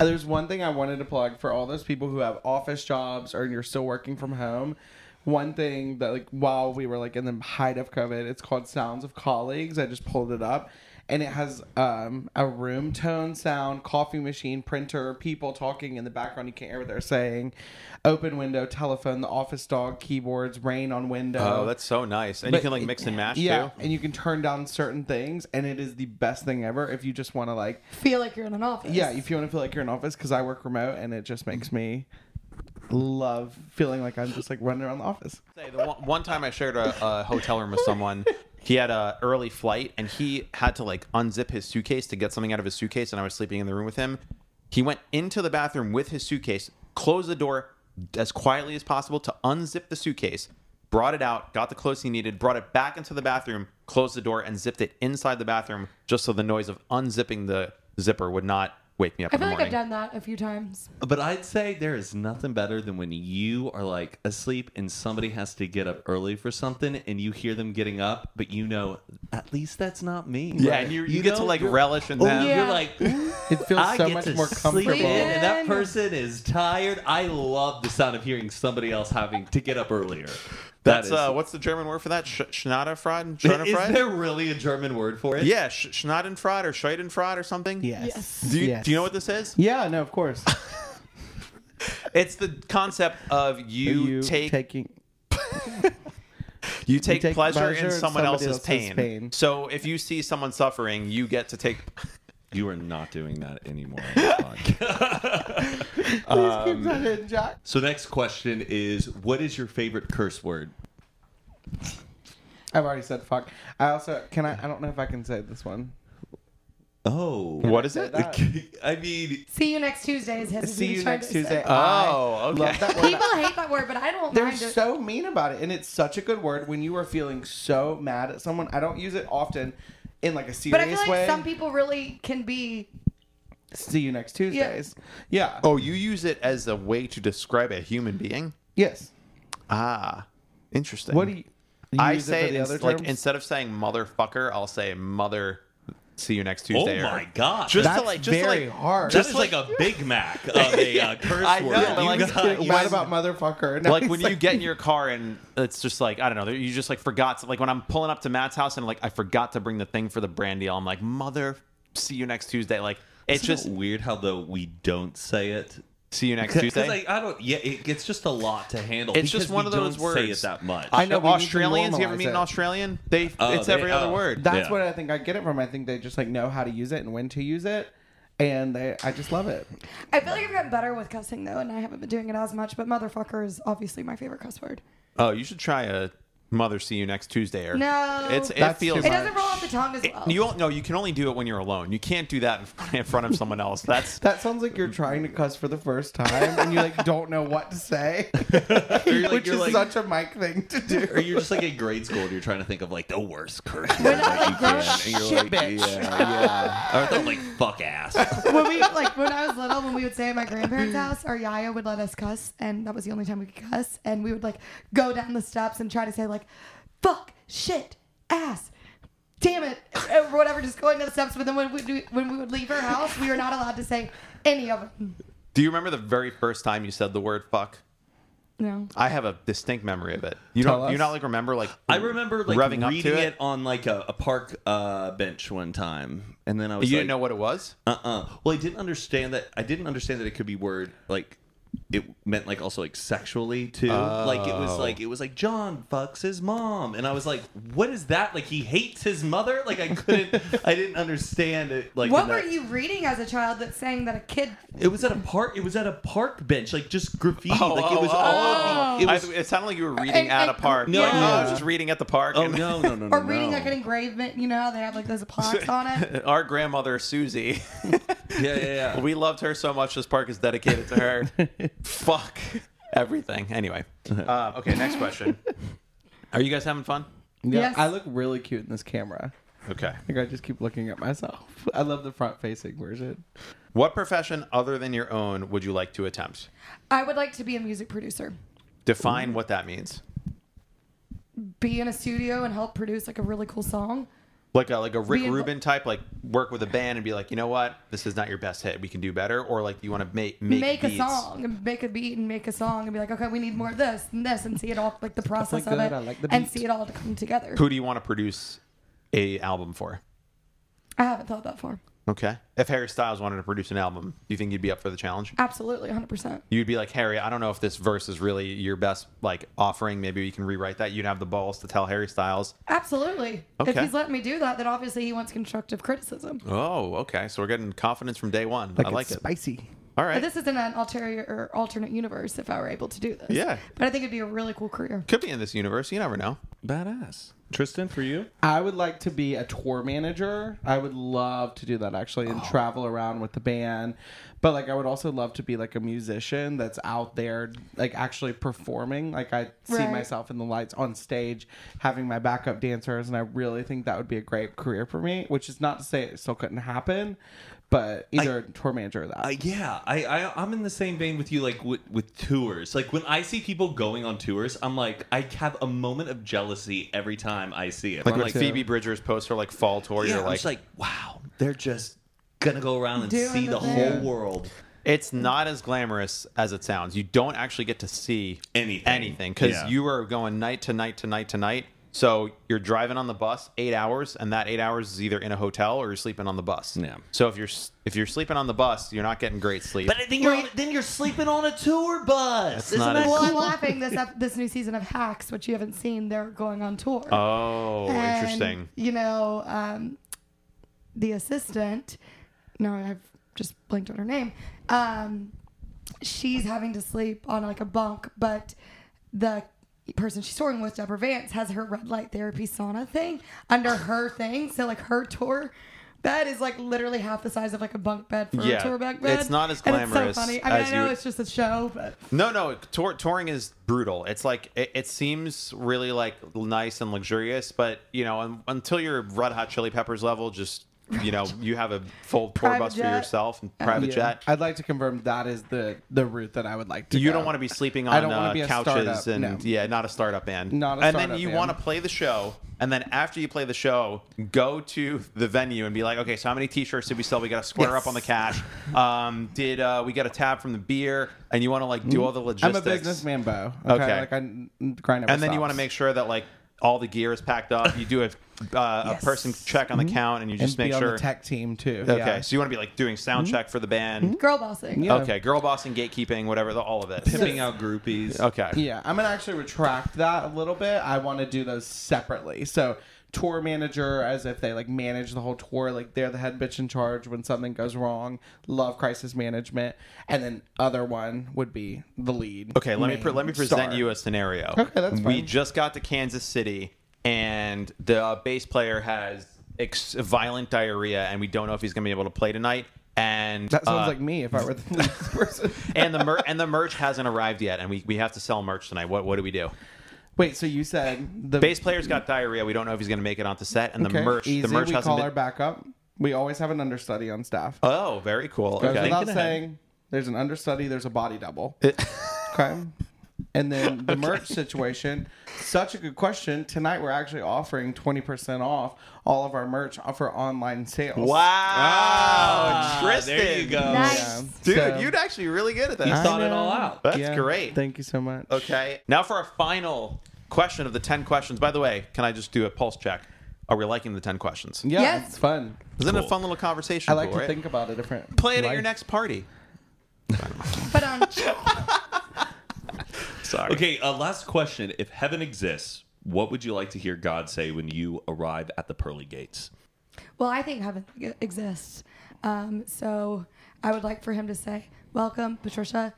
[SPEAKER 2] Uh, There's one thing I wanted to plug for all those people who have office jobs or you're still working from home. One thing that like while we were like in the height of COVID, it's called Sounds of Colleagues. I just pulled it up and it has um, a room tone sound, coffee machine, printer, people talking in the background. You can't hear what they're saying. Open window, telephone, the office dog, keyboards, rain on window.
[SPEAKER 3] Oh, that's so nice. And
[SPEAKER 2] Uh,
[SPEAKER 3] you
[SPEAKER 2] But-
[SPEAKER 3] can like mix and match
[SPEAKER 2] yeah,
[SPEAKER 3] too.
[SPEAKER 2] and you can turn down certain things, and it is the best thing ever if you just want to like
[SPEAKER 4] feel like you're in an office.
[SPEAKER 2] yeah, if you want to feel like you're in office, because I work remote and it just makes me love feeling like I'm just like running around the office.
[SPEAKER 3] Say, the one, one time I shared a, a hotel room with someone. He had a early flight and he had to like unzip his suitcase to get something out of his suitcase, and I was sleeping in the room with him. He went into the bathroom with his suitcase, closed the door as quietly as possible to unzip the suitcase, brought it out, got the clothes he needed, brought it back into the bathroom, closed the door, and zipped it inside the bathroom just so the noise of unzipping the zipper would not wake me up
[SPEAKER 4] I
[SPEAKER 3] in the
[SPEAKER 4] feel like
[SPEAKER 3] morning.
[SPEAKER 4] I've done that a few times.
[SPEAKER 1] but I'd say there is nothing better than when you are like asleep and somebody has to get up early for something and you hear them getting up, but you know, at least that's not me.
[SPEAKER 3] Yeah, and you, you, get to
[SPEAKER 1] know,
[SPEAKER 3] like
[SPEAKER 1] you're-
[SPEAKER 3] relish in
[SPEAKER 1] Oh,
[SPEAKER 3] them.
[SPEAKER 4] Yeah.
[SPEAKER 1] you're like,
[SPEAKER 2] It feels
[SPEAKER 1] I
[SPEAKER 2] so
[SPEAKER 1] get
[SPEAKER 2] much
[SPEAKER 1] to
[SPEAKER 2] more comfortable.
[SPEAKER 1] Sleep in, and that
[SPEAKER 4] Yeah.
[SPEAKER 1] person is tired. I love the sound of hearing somebody else having to get up earlier.
[SPEAKER 3] That's
[SPEAKER 1] That is-
[SPEAKER 3] uh, what's the German word for that? Sch- Schnatterfraud?
[SPEAKER 1] is
[SPEAKER 3] Schnatterfraud?
[SPEAKER 1] there really a German word for it?
[SPEAKER 3] yeah, sch- Schnattenfraud or Scheidenfraud or something.
[SPEAKER 4] Yes.
[SPEAKER 3] Do you,
[SPEAKER 2] Yes.
[SPEAKER 3] do you know what this is?
[SPEAKER 2] Yeah, no, of course.
[SPEAKER 3] It's the concept of you,
[SPEAKER 2] You
[SPEAKER 3] take
[SPEAKER 2] taking
[SPEAKER 3] you take,
[SPEAKER 2] take
[SPEAKER 3] pleasure,
[SPEAKER 2] pleasure
[SPEAKER 3] in
[SPEAKER 2] in
[SPEAKER 3] someone
[SPEAKER 2] somebody
[SPEAKER 3] else's,
[SPEAKER 2] else's
[SPEAKER 3] pain.
[SPEAKER 2] pain.
[SPEAKER 3] So if you see someone suffering, you get to take.
[SPEAKER 1] You are not doing that anymore. on this podcast.
[SPEAKER 3] um,
[SPEAKER 2] please keep that in, Jack.
[SPEAKER 1] so next question is, what is your favorite curse word?
[SPEAKER 2] I've already said fuck. I also can I I don't know if I can say this one.
[SPEAKER 1] Oh,
[SPEAKER 3] What is it?
[SPEAKER 2] That-
[SPEAKER 1] I mean,
[SPEAKER 4] See you next Tuesday is his.
[SPEAKER 2] See you
[SPEAKER 4] he's trying
[SPEAKER 2] next
[SPEAKER 4] to say.
[SPEAKER 2] Tuesday.
[SPEAKER 3] Oh,
[SPEAKER 2] I love
[SPEAKER 3] okay.
[SPEAKER 2] that word.
[SPEAKER 4] People hate that word, but I don't
[SPEAKER 2] They're
[SPEAKER 4] mind it.
[SPEAKER 2] so mean about it, and it's such a good word when you are feeling so mad at someone. I don't use it often in like a serious
[SPEAKER 4] but I feel like
[SPEAKER 2] way.
[SPEAKER 4] some people really can be.
[SPEAKER 2] See you next Tuesdays. yeah.
[SPEAKER 3] Oh, you use it as a way to describe a human being.
[SPEAKER 2] Yes.
[SPEAKER 3] Ah, interesting.
[SPEAKER 2] What do you? you
[SPEAKER 3] I
[SPEAKER 2] use
[SPEAKER 3] say
[SPEAKER 2] for the
[SPEAKER 3] it
[SPEAKER 2] other
[SPEAKER 3] ins- like
[SPEAKER 2] terms?
[SPEAKER 3] instead of saying motherfucker, I'll say mother
[SPEAKER 6] see you next
[SPEAKER 1] Oh
[SPEAKER 6] Tuesday. or-
[SPEAKER 1] my god.
[SPEAKER 6] Just
[SPEAKER 2] That's
[SPEAKER 6] to like, just to,
[SPEAKER 2] very
[SPEAKER 6] like,
[SPEAKER 2] hard.
[SPEAKER 1] That is like a Big Mac of a uh, curse
[SPEAKER 6] I know,
[SPEAKER 1] word.
[SPEAKER 6] but
[SPEAKER 1] You
[SPEAKER 6] like-
[SPEAKER 1] got-
[SPEAKER 2] Getting
[SPEAKER 1] you-
[SPEAKER 2] mad about motherfucker. And now
[SPEAKER 6] Like,
[SPEAKER 2] he's
[SPEAKER 6] when
[SPEAKER 3] when you get in your car and it's just like I don't know, you just like forgot. To, like when I'm pulling up to Matt's house and like I forgot to bring the thing for the brand deal. I'm like, mother, see you next Tuesday. Like it's
[SPEAKER 1] It's just
[SPEAKER 3] just
[SPEAKER 1] weird how though we don't say it.
[SPEAKER 3] see you next
[SPEAKER 1] Because
[SPEAKER 3] Tuesday.
[SPEAKER 1] I, I don't. Yeah, it, it's just a lot to handle.
[SPEAKER 3] It's
[SPEAKER 1] because
[SPEAKER 3] just one
[SPEAKER 1] we
[SPEAKER 3] of those
[SPEAKER 1] don't Say it
[SPEAKER 3] words.
[SPEAKER 1] that much.
[SPEAKER 2] I know, we need to
[SPEAKER 3] Australians. You ever
[SPEAKER 2] normalize
[SPEAKER 3] meet an
[SPEAKER 2] it.
[SPEAKER 3] Australian? They
[SPEAKER 1] Oh,
[SPEAKER 3] it's
[SPEAKER 1] they-
[SPEAKER 3] every other
[SPEAKER 1] oh.
[SPEAKER 3] word.
[SPEAKER 2] That's
[SPEAKER 1] Yeah.
[SPEAKER 2] what I think I get it from. I think they just like know how to use it and when to use it, and they I just love it.
[SPEAKER 4] I feel like I've gotten better with cussing though, and I haven't been doing it as much. But motherfucker is obviously my favorite cuss word.
[SPEAKER 3] oh, you should try a mother. See you next Tuesday. Or
[SPEAKER 4] No,
[SPEAKER 3] it's it
[SPEAKER 2] That's
[SPEAKER 3] feels.
[SPEAKER 2] too
[SPEAKER 4] it doesn't roll off the tongue as well.
[SPEAKER 3] You all, no, you can only do it when you're alone. You can't do that in front- in front of someone else. That's
[SPEAKER 2] That sounds like you're trying to cuss for the first time and you like don't know what to say,
[SPEAKER 1] you're like-
[SPEAKER 2] which
[SPEAKER 1] you're like-
[SPEAKER 2] is such a Mike thing to do.
[SPEAKER 1] or you're just like in grade school and you're trying to think of like the worst curse
[SPEAKER 4] We're
[SPEAKER 1] word
[SPEAKER 4] not
[SPEAKER 1] that
[SPEAKER 4] like
[SPEAKER 1] you can.
[SPEAKER 4] grown
[SPEAKER 1] And you're like,
[SPEAKER 2] shit bitch.
[SPEAKER 1] yeah, yeah. Or they're like, fuck ass.
[SPEAKER 4] when we like when I was little, when we would stay at my grandparents' house, our yaya would let us cuss, and that was the only time we could cuss. And we would like go down the steps and try to say like, "fuck," "shit," "ass." Damn it, or whatever, just going down the steps. But then when we do, when we would leave her house, we were not allowed to say any of them.
[SPEAKER 3] Do you remember the very first time you said the word fuck?
[SPEAKER 4] No,
[SPEAKER 3] I have a distinct memory of it. You
[SPEAKER 2] Tell
[SPEAKER 3] don't. You
[SPEAKER 2] us.
[SPEAKER 3] not like remember like
[SPEAKER 1] I remember like
[SPEAKER 3] revving up
[SPEAKER 1] reading
[SPEAKER 3] to
[SPEAKER 1] it.
[SPEAKER 3] it.
[SPEAKER 1] on like a, a park uh, bench one time, and then I
[SPEAKER 3] You
[SPEAKER 1] was
[SPEAKER 3] didn't
[SPEAKER 1] like,
[SPEAKER 3] know what it was.
[SPEAKER 1] uh-uh. Well, I didn't understand that. I didn't understand that it could be word like it meant like also like sexually too. Like it was like it was like John fucks his mom, and I was like, what is that? Like he hates his mother. Like I couldn't. I didn't understand it. Like
[SPEAKER 4] what
[SPEAKER 1] in
[SPEAKER 4] were
[SPEAKER 1] that-
[SPEAKER 4] you reading as a child that's saying that a kid?
[SPEAKER 1] It was at a park. It was at a park bench. Like just graffiti.
[SPEAKER 3] Oh,
[SPEAKER 1] like it
[SPEAKER 3] oh,
[SPEAKER 1] was
[SPEAKER 3] oh,
[SPEAKER 1] all. It
[SPEAKER 3] I-
[SPEAKER 1] was.
[SPEAKER 3] it sounded like you were reading
[SPEAKER 4] And-
[SPEAKER 3] at
[SPEAKER 4] and-
[SPEAKER 3] a park.
[SPEAKER 4] No.
[SPEAKER 3] No, like, oh, I was just reading at the park.
[SPEAKER 1] Oh
[SPEAKER 3] and-
[SPEAKER 1] no no no no.
[SPEAKER 4] Or reading
[SPEAKER 1] no.
[SPEAKER 4] like an engravement, you know, how they have like those plaques on it.
[SPEAKER 3] Our grandmother Susie,
[SPEAKER 1] Yeah yeah yeah.
[SPEAKER 3] we loved her so much. This park is dedicated to her. Fuck everything. Anyway, uh, okay. Next question. Are you guys having fun?
[SPEAKER 2] Yeah,
[SPEAKER 4] Yes.
[SPEAKER 2] I look really cute in this camera.
[SPEAKER 3] Okay.
[SPEAKER 2] Like I just keep looking at myself. I love the front facing version.
[SPEAKER 3] What profession other than your own would you like to attempt?
[SPEAKER 4] I would like to be a music producer,
[SPEAKER 3] Define what that means.
[SPEAKER 4] be in a studio and help produce like a really cool song.
[SPEAKER 3] Like a like a Rick
[SPEAKER 4] Be invo-
[SPEAKER 3] Rubin type, like work with a band and be like, you know what, this is not your best hit. We can do better, or like you want to make make,
[SPEAKER 4] make, a
[SPEAKER 3] beats.
[SPEAKER 4] song and make a beat and make a song and be like, okay, we need more of this and this and see it all like the process
[SPEAKER 2] like
[SPEAKER 4] of
[SPEAKER 2] that.
[SPEAKER 4] it
[SPEAKER 2] I like the
[SPEAKER 4] and
[SPEAKER 2] beat.
[SPEAKER 4] see it all to come together.
[SPEAKER 3] Who do you want to produce a album for?
[SPEAKER 4] I haven't thought that far.
[SPEAKER 3] Okay. If Harry Styles wanted to produce an album, do you think you'd be up for the challenge?
[SPEAKER 4] Absolutely, hundred percent.
[SPEAKER 3] You'd be like, Harry, I don't know if this verse is really your best like offering. Maybe you can rewrite that. You'd have the balls to tell Harry Styles.
[SPEAKER 4] Absolutely. If
[SPEAKER 3] Okay.
[SPEAKER 4] he's letting me do that, then obviously he wants constructive criticism.
[SPEAKER 3] Oh, okay. So we're getting confidence from day one. I like
[SPEAKER 2] it's
[SPEAKER 3] it.
[SPEAKER 2] spicy.
[SPEAKER 3] All
[SPEAKER 4] But
[SPEAKER 3] right.
[SPEAKER 4] this is in an ulterior or alternate universe if I were able to do this.
[SPEAKER 3] Yeah.
[SPEAKER 4] But I think it'd be a really cool career.
[SPEAKER 3] Could be in this universe. You never know.
[SPEAKER 1] Badass. Tristan, for you.
[SPEAKER 2] I would like to be a tour manager. I would love to do that actually
[SPEAKER 3] Oh.
[SPEAKER 2] and travel around with the band. But like I would also love to be like a musician that's out there like actually performing. Like I see
[SPEAKER 4] Right.
[SPEAKER 2] myself in the lights on stage having my backup dancers and I really think that would be a great career for me, which is not to say it still couldn't happen, but either tour manager or that.
[SPEAKER 1] Uh, yeah, I, I I'm in the same vein with you, like with, with tours. Like when I see people going on tours, I'm like, I have a moment of jealousy every time I see it.
[SPEAKER 3] Like
[SPEAKER 1] I'm
[SPEAKER 3] when
[SPEAKER 1] like,
[SPEAKER 2] too.
[SPEAKER 3] Phoebe Bridgers posts her like fall tour,
[SPEAKER 1] yeah,
[SPEAKER 3] you're
[SPEAKER 1] I'm
[SPEAKER 3] like,
[SPEAKER 1] just like, wow, they're just gonna go around and
[SPEAKER 4] Doing
[SPEAKER 1] see the,
[SPEAKER 4] the
[SPEAKER 1] whole
[SPEAKER 4] thing.
[SPEAKER 1] world.
[SPEAKER 3] it's not as glamorous as it sounds. You don't actually get to see
[SPEAKER 1] Anything.
[SPEAKER 3] anything because
[SPEAKER 1] Yeah.
[SPEAKER 3] you are going night to night to night to night. So you're driving on the bus eight hours, and that eight hours is either in a hotel or you're sleeping on the bus.
[SPEAKER 1] Yeah.
[SPEAKER 3] So if you're s- if you're sleeping on the bus, you're not getting great sleep.
[SPEAKER 1] But I think you're on, then you're sleeping on a tour bus. Isn't
[SPEAKER 3] not
[SPEAKER 1] that
[SPEAKER 3] as-
[SPEAKER 4] Well, I'm
[SPEAKER 1] cool?
[SPEAKER 4] laughing this ep- this new season of Hacks, which you haven't seen. They're going on tour.
[SPEAKER 3] oh,
[SPEAKER 4] And,
[SPEAKER 3] interesting.
[SPEAKER 4] You know, um, the assistant. No, I've just blinked on her name. Um, she's having to sleep on like a bunk, but the person she's touring with, Deborah Vance, has her red light therapy sauna thing under her thing. So like her tour. bed is like literally half the size of like a bunk bed for
[SPEAKER 3] Yeah,
[SPEAKER 4] a tour bunk bed.
[SPEAKER 3] it's not as
[SPEAKER 4] And it's
[SPEAKER 3] glamorous
[SPEAKER 4] so funny. I mean,
[SPEAKER 3] as
[SPEAKER 4] I know
[SPEAKER 3] you-
[SPEAKER 4] it's just a show, but
[SPEAKER 3] No, no, tour, touring is brutal. It's like it, it seems really like nice and luxurious, but you know, un, until you're Red Hot Chili Peppers level, just you know you have a full tour
[SPEAKER 4] Private
[SPEAKER 3] bus for
[SPEAKER 4] jet.
[SPEAKER 3] yourself and private
[SPEAKER 2] Yeah.
[SPEAKER 3] jet.
[SPEAKER 2] I'd like to confirm that is the the route that I would like to.
[SPEAKER 3] You
[SPEAKER 2] go.
[SPEAKER 3] don't want to be sleeping
[SPEAKER 2] I
[SPEAKER 3] on
[SPEAKER 2] don't wanna
[SPEAKER 3] uh,
[SPEAKER 2] be a
[SPEAKER 3] couches
[SPEAKER 2] startup,
[SPEAKER 3] and
[SPEAKER 2] no.
[SPEAKER 3] yeah, not a startup band.
[SPEAKER 2] Not a
[SPEAKER 3] and
[SPEAKER 2] startup
[SPEAKER 3] then you
[SPEAKER 2] band.
[SPEAKER 3] want to play the show, and then after you play the show, go to the venue and be like, okay, so how many T-shirts did we sell? We got to square up on the cash. Um, did uh, we got a tab from the beer? And you want to like do all the
[SPEAKER 2] Mm-hmm. I'm
[SPEAKER 3] logistics.
[SPEAKER 2] a businessman, Bo.
[SPEAKER 3] Okay.
[SPEAKER 2] like I n- grind.
[SPEAKER 3] And then you want to make sure that like all the gear is packed up. You do a uh,
[SPEAKER 4] Yes.
[SPEAKER 3] a person check on the count, and you just
[SPEAKER 2] Mm-hmm. and
[SPEAKER 3] make
[SPEAKER 2] be on
[SPEAKER 3] sure.
[SPEAKER 2] the tech team too.
[SPEAKER 3] Okay,
[SPEAKER 2] Yeah. Mm-hmm.
[SPEAKER 3] so you want to be like doing sound check for the band.
[SPEAKER 4] Girl bossing.
[SPEAKER 2] Yeah.
[SPEAKER 3] Okay, girl bossing, gatekeeping, whatever, the, all of it.
[SPEAKER 1] Pimping out groupies.
[SPEAKER 3] Okay.
[SPEAKER 2] Yeah, I'm gonna actually retract that a little bit. I want to do those separately. So tour manager, as if they like manage the whole tour, like they're the head bitch in charge when something goes wrong. Love crisis management, and then other one would be the lead.
[SPEAKER 3] Okay, let me
[SPEAKER 2] main
[SPEAKER 3] pre- let me present
[SPEAKER 2] star.
[SPEAKER 3] you a scenario.
[SPEAKER 2] Okay, that's
[SPEAKER 3] We
[SPEAKER 2] fine.
[SPEAKER 3] just got to Kansas City, and the uh, bass player has ex- violent diarrhea, and we don't know if he's going to be able to play tonight. And
[SPEAKER 2] That sounds
[SPEAKER 3] uh,
[SPEAKER 2] like me if I were the lead person.
[SPEAKER 3] and the mer- and the merch hasn't arrived yet, and we, we have to sell merch tonight. What what do we do?
[SPEAKER 2] Wait, so you said the
[SPEAKER 3] Bass player's got diarrhea. We don't know if he's going to make it onto set, and the
[SPEAKER 2] okay,
[SPEAKER 3] merch
[SPEAKER 2] Easy.
[SPEAKER 3] the merch
[SPEAKER 2] we
[SPEAKER 3] hasn't
[SPEAKER 2] call
[SPEAKER 3] been.
[SPEAKER 2] our backup. We always have an understudy on staff.
[SPEAKER 3] oh, very cool.
[SPEAKER 2] Goes
[SPEAKER 3] Okay.
[SPEAKER 2] without
[SPEAKER 1] Thinking ahead.
[SPEAKER 2] saying, there's an understudy, there's a body double. okay. And then the merch situation. Such a good question. Tonight we're actually offering 20% off all of our merch for online sales.
[SPEAKER 3] Wow, Tristan,
[SPEAKER 1] there you go.
[SPEAKER 4] Nice.
[SPEAKER 2] Yeah.
[SPEAKER 3] dude,
[SPEAKER 2] So-
[SPEAKER 3] you'd actually really good at that.
[SPEAKER 1] Thought it
[SPEAKER 2] know.
[SPEAKER 1] all out.
[SPEAKER 3] That's
[SPEAKER 2] Yeah.
[SPEAKER 3] great.
[SPEAKER 2] Thank you so much.
[SPEAKER 3] Okay. Now for our final question of the 10 questions. By the way, can I just do a pulse check? Are we liking the 10 questions?
[SPEAKER 2] Yeah,
[SPEAKER 4] Yes.
[SPEAKER 2] it's fun.
[SPEAKER 3] Isn't it a fun little conversation?
[SPEAKER 2] I like
[SPEAKER 3] Cool,
[SPEAKER 2] to
[SPEAKER 3] right?
[SPEAKER 2] think about it different.
[SPEAKER 3] Play it at your
[SPEAKER 2] life.
[SPEAKER 3] next party.
[SPEAKER 4] But um,
[SPEAKER 3] Sorry.
[SPEAKER 1] Okay, uh, last question. If heaven exists, what would you like to hear God say when you arrive at the pearly gates?
[SPEAKER 4] well, I think heaven e- exists. Um, so I would like for him to say, "Welcome, Patricia.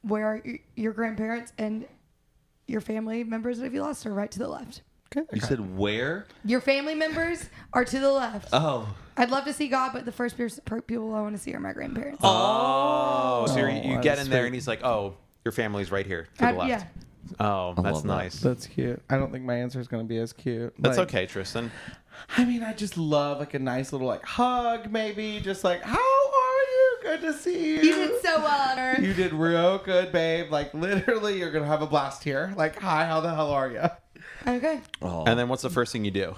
[SPEAKER 4] Where are y- your grandparents and your family members? And if you lost her, right to the left.
[SPEAKER 1] You said where?
[SPEAKER 4] Your family members are to the left.
[SPEAKER 1] Oh.
[SPEAKER 4] I'd love to see God, but the first pers- per- people I want to see are my grandparents.
[SPEAKER 3] Oh, so you're, you
[SPEAKER 2] Oh,
[SPEAKER 3] get
[SPEAKER 2] that's
[SPEAKER 3] in there
[SPEAKER 2] sweet.
[SPEAKER 3] and he's like, oh, your family's right here to
[SPEAKER 4] I-
[SPEAKER 3] the left.
[SPEAKER 4] Uh, yeah.
[SPEAKER 3] Oh, that's
[SPEAKER 1] love that.
[SPEAKER 3] nice.
[SPEAKER 2] That's cute. I don't think my answer is going to be as cute.
[SPEAKER 3] That's
[SPEAKER 2] Like,
[SPEAKER 3] okay, Tristan.
[SPEAKER 2] I mean, I just love like a nice little like hug, maybe. Just like, how are you? Good to see you.
[SPEAKER 4] You did so well on Earth.
[SPEAKER 2] You did real good, babe. Like literally, you're gonna have a blast here. Like, hi, how the hell are you?
[SPEAKER 4] Okay.
[SPEAKER 3] And then what's the first thing you do?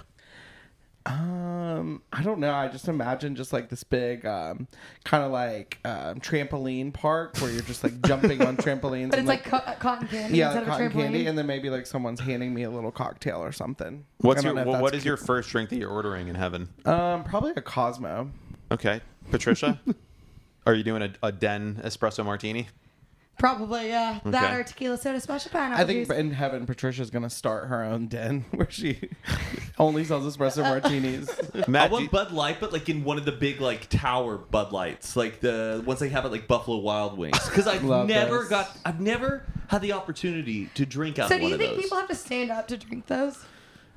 [SPEAKER 2] Um, I don't know. I just imagine just like this big, um, kind of like um, trampoline park where you're just like jumping on trampolines.
[SPEAKER 4] But
[SPEAKER 2] and,
[SPEAKER 4] it's like, co- uh, cotton candy
[SPEAKER 2] yeah,
[SPEAKER 4] instead
[SPEAKER 2] like cotton
[SPEAKER 4] of a trampoline.
[SPEAKER 2] candy, and then maybe like someone's handing me a little cocktail or something. I
[SPEAKER 3] What's
[SPEAKER 2] don't
[SPEAKER 3] your
[SPEAKER 2] know if
[SPEAKER 3] what, what
[SPEAKER 2] that's
[SPEAKER 3] is your first drink that you're ordering in heaven?
[SPEAKER 2] cute. um probably a Cosmo.
[SPEAKER 3] Okay, Patricia, are you doing a, a den espresso martini?
[SPEAKER 4] Probably, yeah. That
[SPEAKER 3] Okay.
[SPEAKER 4] or tequila soda special pineapple
[SPEAKER 2] I think
[SPEAKER 4] juice.
[SPEAKER 2] in heaven, Patricia's gonna start her own den where she only sells espresso martinis.
[SPEAKER 1] I
[SPEAKER 3] Matt, do
[SPEAKER 1] want
[SPEAKER 3] you-
[SPEAKER 1] Bud Light, but like in one of the big like tower Bud Lights, like the ones they have at like Buffalo Wild Wings. Because I've
[SPEAKER 2] Love
[SPEAKER 1] never
[SPEAKER 2] those.
[SPEAKER 1] got, I've never had the opportunity to drink out
[SPEAKER 4] So
[SPEAKER 1] of
[SPEAKER 4] do
[SPEAKER 1] one
[SPEAKER 4] you
[SPEAKER 1] of
[SPEAKER 4] think
[SPEAKER 1] those.
[SPEAKER 4] people have to stand up to drink those?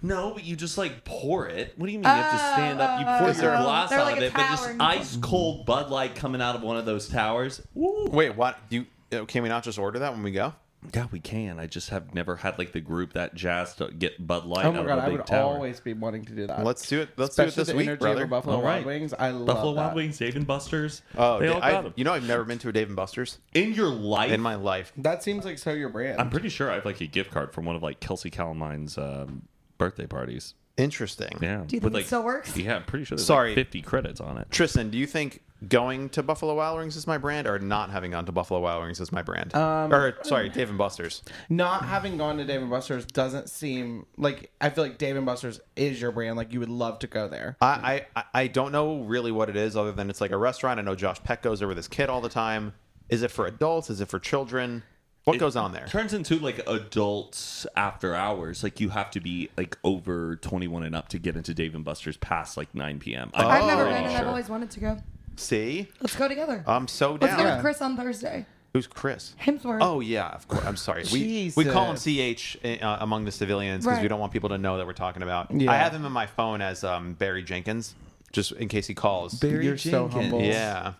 [SPEAKER 1] No, but you just like pour it. What do you mean you have to
[SPEAKER 4] Oh,
[SPEAKER 1] stand up? You pour
[SPEAKER 4] oh,
[SPEAKER 1] your
[SPEAKER 4] oh.
[SPEAKER 1] glass
[SPEAKER 4] They're
[SPEAKER 1] out
[SPEAKER 4] like
[SPEAKER 1] of
[SPEAKER 4] a
[SPEAKER 1] it, but just
[SPEAKER 4] tower and-
[SPEAKER 1] ice cold Bud Light coming out of one of those towers. Woo.
[SPEAKER 3] Wait, what? You uh, can we not just order that when we go?
[SPEAKER 1] Yeah, we can. I just have never had like the group that jazz to get Bud Light
[SPEAKER 2] Oh
[SPEAKER 1] out
[SPEAKER 2] my
[SPEAKER 1] of
[SPEAKER 2] god,
[SPEAKER 1] a
[SPEAKER 2] I
[SPEAKER 1] big
[SPEAKER 2] would
[SPEAKER 1] tower.
[SPEAKER 2] always be wanting to do that.
[SPEAKER 3] Let's do it. Let's
[SPEAKER 2] Especially
[SPEAKER 3] do it this
[SPEAKER 2] the
[SPEAKER 3] week,
[SPEAKER 2] energy
[SPEAKER 3] brother.
[SPEAKER 2] of a Buffalo
[SPEAKER 1] All right.
[SPEAKER 2] Wild Wings. I love
[SPEAKER 1] Buffalo
[SPEAKER 2] that.
[SPEAKER 1] Wild Wings, Dave and Buster's.
[SPEAKER 3] Oh,
[SPEAKER 1] they all
[SPEAKER 3] I,
[SPEAKER 1] got 'em.
[SPEAKER 3] you know I've never been to a Dave and Buster's
[SPEAKER 1] in your life.
[SPEAKER 3] in my life.
[SPEAKER 2] That seems like so your brand.
[SPEAKER 1] I'm pretty sure I have like a gift card from one of like Kelsey Calamine's um, birthday parties.
[SPEAKER 3] Interesting.
[SPEAKER 1] Yeah.
[SPEAKER 4] Do you think
[SPEAKER 1] with,
[SPEAKER 4] it
[SPEAKER 1] like,
[SPEAKER 4] still works?
[SPEAKER 1] Yeah, I'm pretty sure there's
[SPEAKER 3] Sorry.
[SPEAKER 1] like 50 credits on it.
[SPEAKER 3] Tristan, do you think going to Buffalo Wild Wings is my brand, or not having gone to Buffalo Wild Wings is my brand?
[SPEAKER 2] Um,
[SPEAKER 3] or sorry, Dave and Buster's.
[SPEAKER 2] Not having gone to Dave and Buster's doesn't seem like I feel like Dave and Buster's is your brand. Like you would love to go there.
[SPEAKER 3] I, I I don't know really what it is, other than it's like a restaurant. I know Josh Peck goes there with his kid all the time. Is it for adults? Is it for children? What goes on there?
[SPEAKER 1] turns into like adults after hours. Like you have to be like over 21 and up to get into Dave and Buster's past like 9 p.m. I'm
[SPEAKER 4] I've never been,
[SPEAKER 1] pretty
[SPEAKER 4] and
[SPEAKER 1] Oh, sure. Oh,
[SPEAKER 4] I've always wanted to go.
[SPEAKER 3] See,
[SPEAKER 4] Let's go together.
[SPEAKER 3] I'm so
[SPEAKER 4] Let's
[SPEAKER 3] down.
[SPEAKER 4] go
[SPEAKER 2] Yeah.
[SPEAKER 4] with Chris on Thursday.
[SPEAKER 3] Who's Chris?
[SPEAKER 4] Himsworth.
[SPEAKER 3] Oh yeah, of course. I'm sorry. We we call him CH uh, among the civilians because we
[SPEAKER 4] Right.
[SPEAKER 3] don't want people to know that we're talking about.
[SPEAKER 2] Yeah.
[SPEAKER 3] I have him in my phone as um, Barry Jenkins, just in case he calls.
[SPEAKER 1] Barry
[SPEAKER 2] You're so
[SPEAKER 1] Jenkins.
[SPEAKER 2] humble.
[SPEAKER 3] Yeah,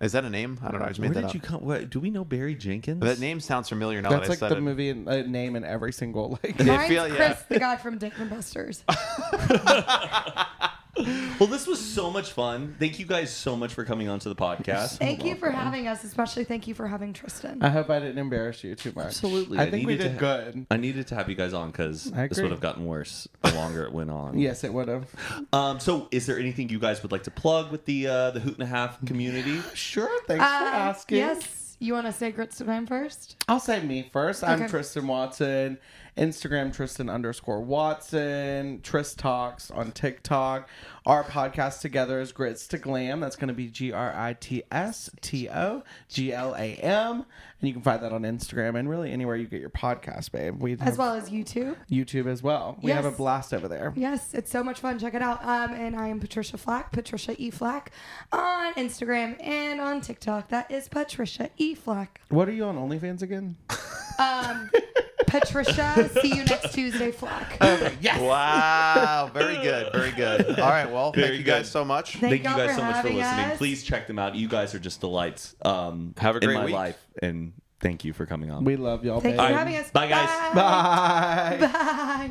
[SPEAKER 3] is that a name? I don't know. I just
[SPEAKER 1] Where
[SPEAKER 3] made that
[SPEAKER 1] did
[SPEAKER 3] up.
[SPEAKER 1] you come? What, do we know Barry Jenkins?
[SPEAKER 3] that name sounds familiar now
[SPEAKER 2] That's
[SPEAKER 3] that I
[SPEAKER 2] like
[SPEAKER 3] said
[SPEAKER 2] the
[SPEAKER 3] it.
[SPEAKER 2] movie and, uh, name in every single like.
[SPEAKER 3] Yeah.
[SPEAKER 4] Mine's
[SPEAKER 3] feel-
[SPEAKER 4] Chris, the guy from Dave and Buster's.
[SPEAKER 1] Well, this was so much fun. Thank you guys so much for coming onto the podcast.
[SPEAKER 4] Thank you for having us, especially thank you for having Tristan.
[SPEAKER 2] I hope I didn't embarrass you too much.
[SPEAKER 1] Absolutely.
[SPEAKER 2] I
[SPEAKER 1] I
[SPEAKER 2] think we
[SPEAKER 1] needed
[SPEAKER 2] did
[SPEAKER 1] to ha-
[SPEAKER 2] good.
[SPEAKER 1] I needed to have you guys on because
[SPEAKER 2] I
[SPEAKER 1] this
[SPEAKER 2] agree.
[SPEAKER 1] would have gotten worse the longer it went on.
[SPEAKER 2] Yes, it would have.
[SPEAKER 1] Um, so, is there anything you guys would like to plug with the uh, the Hoot and a Half community?
[SPEAKER 2] Sure. Thanks for
[SPEAKER 4] Uh,
[SPEAKER 2] asking.
[SPEAKER 4] Yes. You want to say grits to mine first?
[SPEAKER 2] I'll say me first. I'm
[SPEAKER 4] Okay.
[SPEAKER 2] Tristan Watson. Instagram Tristan underscore Watson. Trist Talks on TikTok. Our podcast together is Grits to Glam. That's going to be G R I T S T O G L A M. And you can find that on Instagram and really anywhere you get your podcast, babe. We
[SPEAKER 4] As
[SPEAKER 2] have
[SPEAKER 4] well as YouTube.
[SPEAKER 2] YouTube as well. We have a
[SPEAKER 4] Yes.
[SPEAKER 2] blast over there.
[SPEAKER 4] Yes, it's so much fun. Check it out. Um, and I am Patricia Flack, Patricia E. Flack, on Instagram and on TikTok. That is Patricia E. Flack.
[SPEAKER 2] What are you on OnlyFans again?
[SPEAKER 4] Um, Patricia, see you next Tuesday, Flack.
[SPEAKER 3] Wow. Very good. Very good. All right. Well,
[SPEAKER 1] Very
[SPEAKER 3] thank you guys
[SPEAKER 1] good.
[SPEAKER 3] so much.
[SPEAKER 1] Thank you
[SPEAKER 4] y'all
[SPEAKER 1] guys
[SPEAKER 4] for
[SPEAKER 1] so much for
[SPEAKER 4] having
[SPEAKER 1] listening.
[SPEAKER 4] us.
[SPEAKER 1] Please check them out. You guys are just delights. Um,
[SPEAKER 3] Have a
[SPEAKER 1] in
[SPEAKER 3] great
[SPEAKER 1] my
[SPEAKER 3] week.
[SPEAKER 1] life, and thank you for coming on.
[SPEAKER 2] We love y'all,
[SPEAKER 4] Thank
[SPEAKER 2] babe.
[SPEAKER 4] you
[SPEAKER 1] All
[SPEAKER 4] for
[SPEAKER 1] right.
[SPEAKER 4] having us.
[SPEAKER 1] Bye, guys.
[SPEAKER 2] Bye.
[SPEAKER 4] Bye.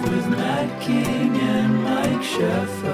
[SPEAKER 7] with Matt King and Mike Sheffer.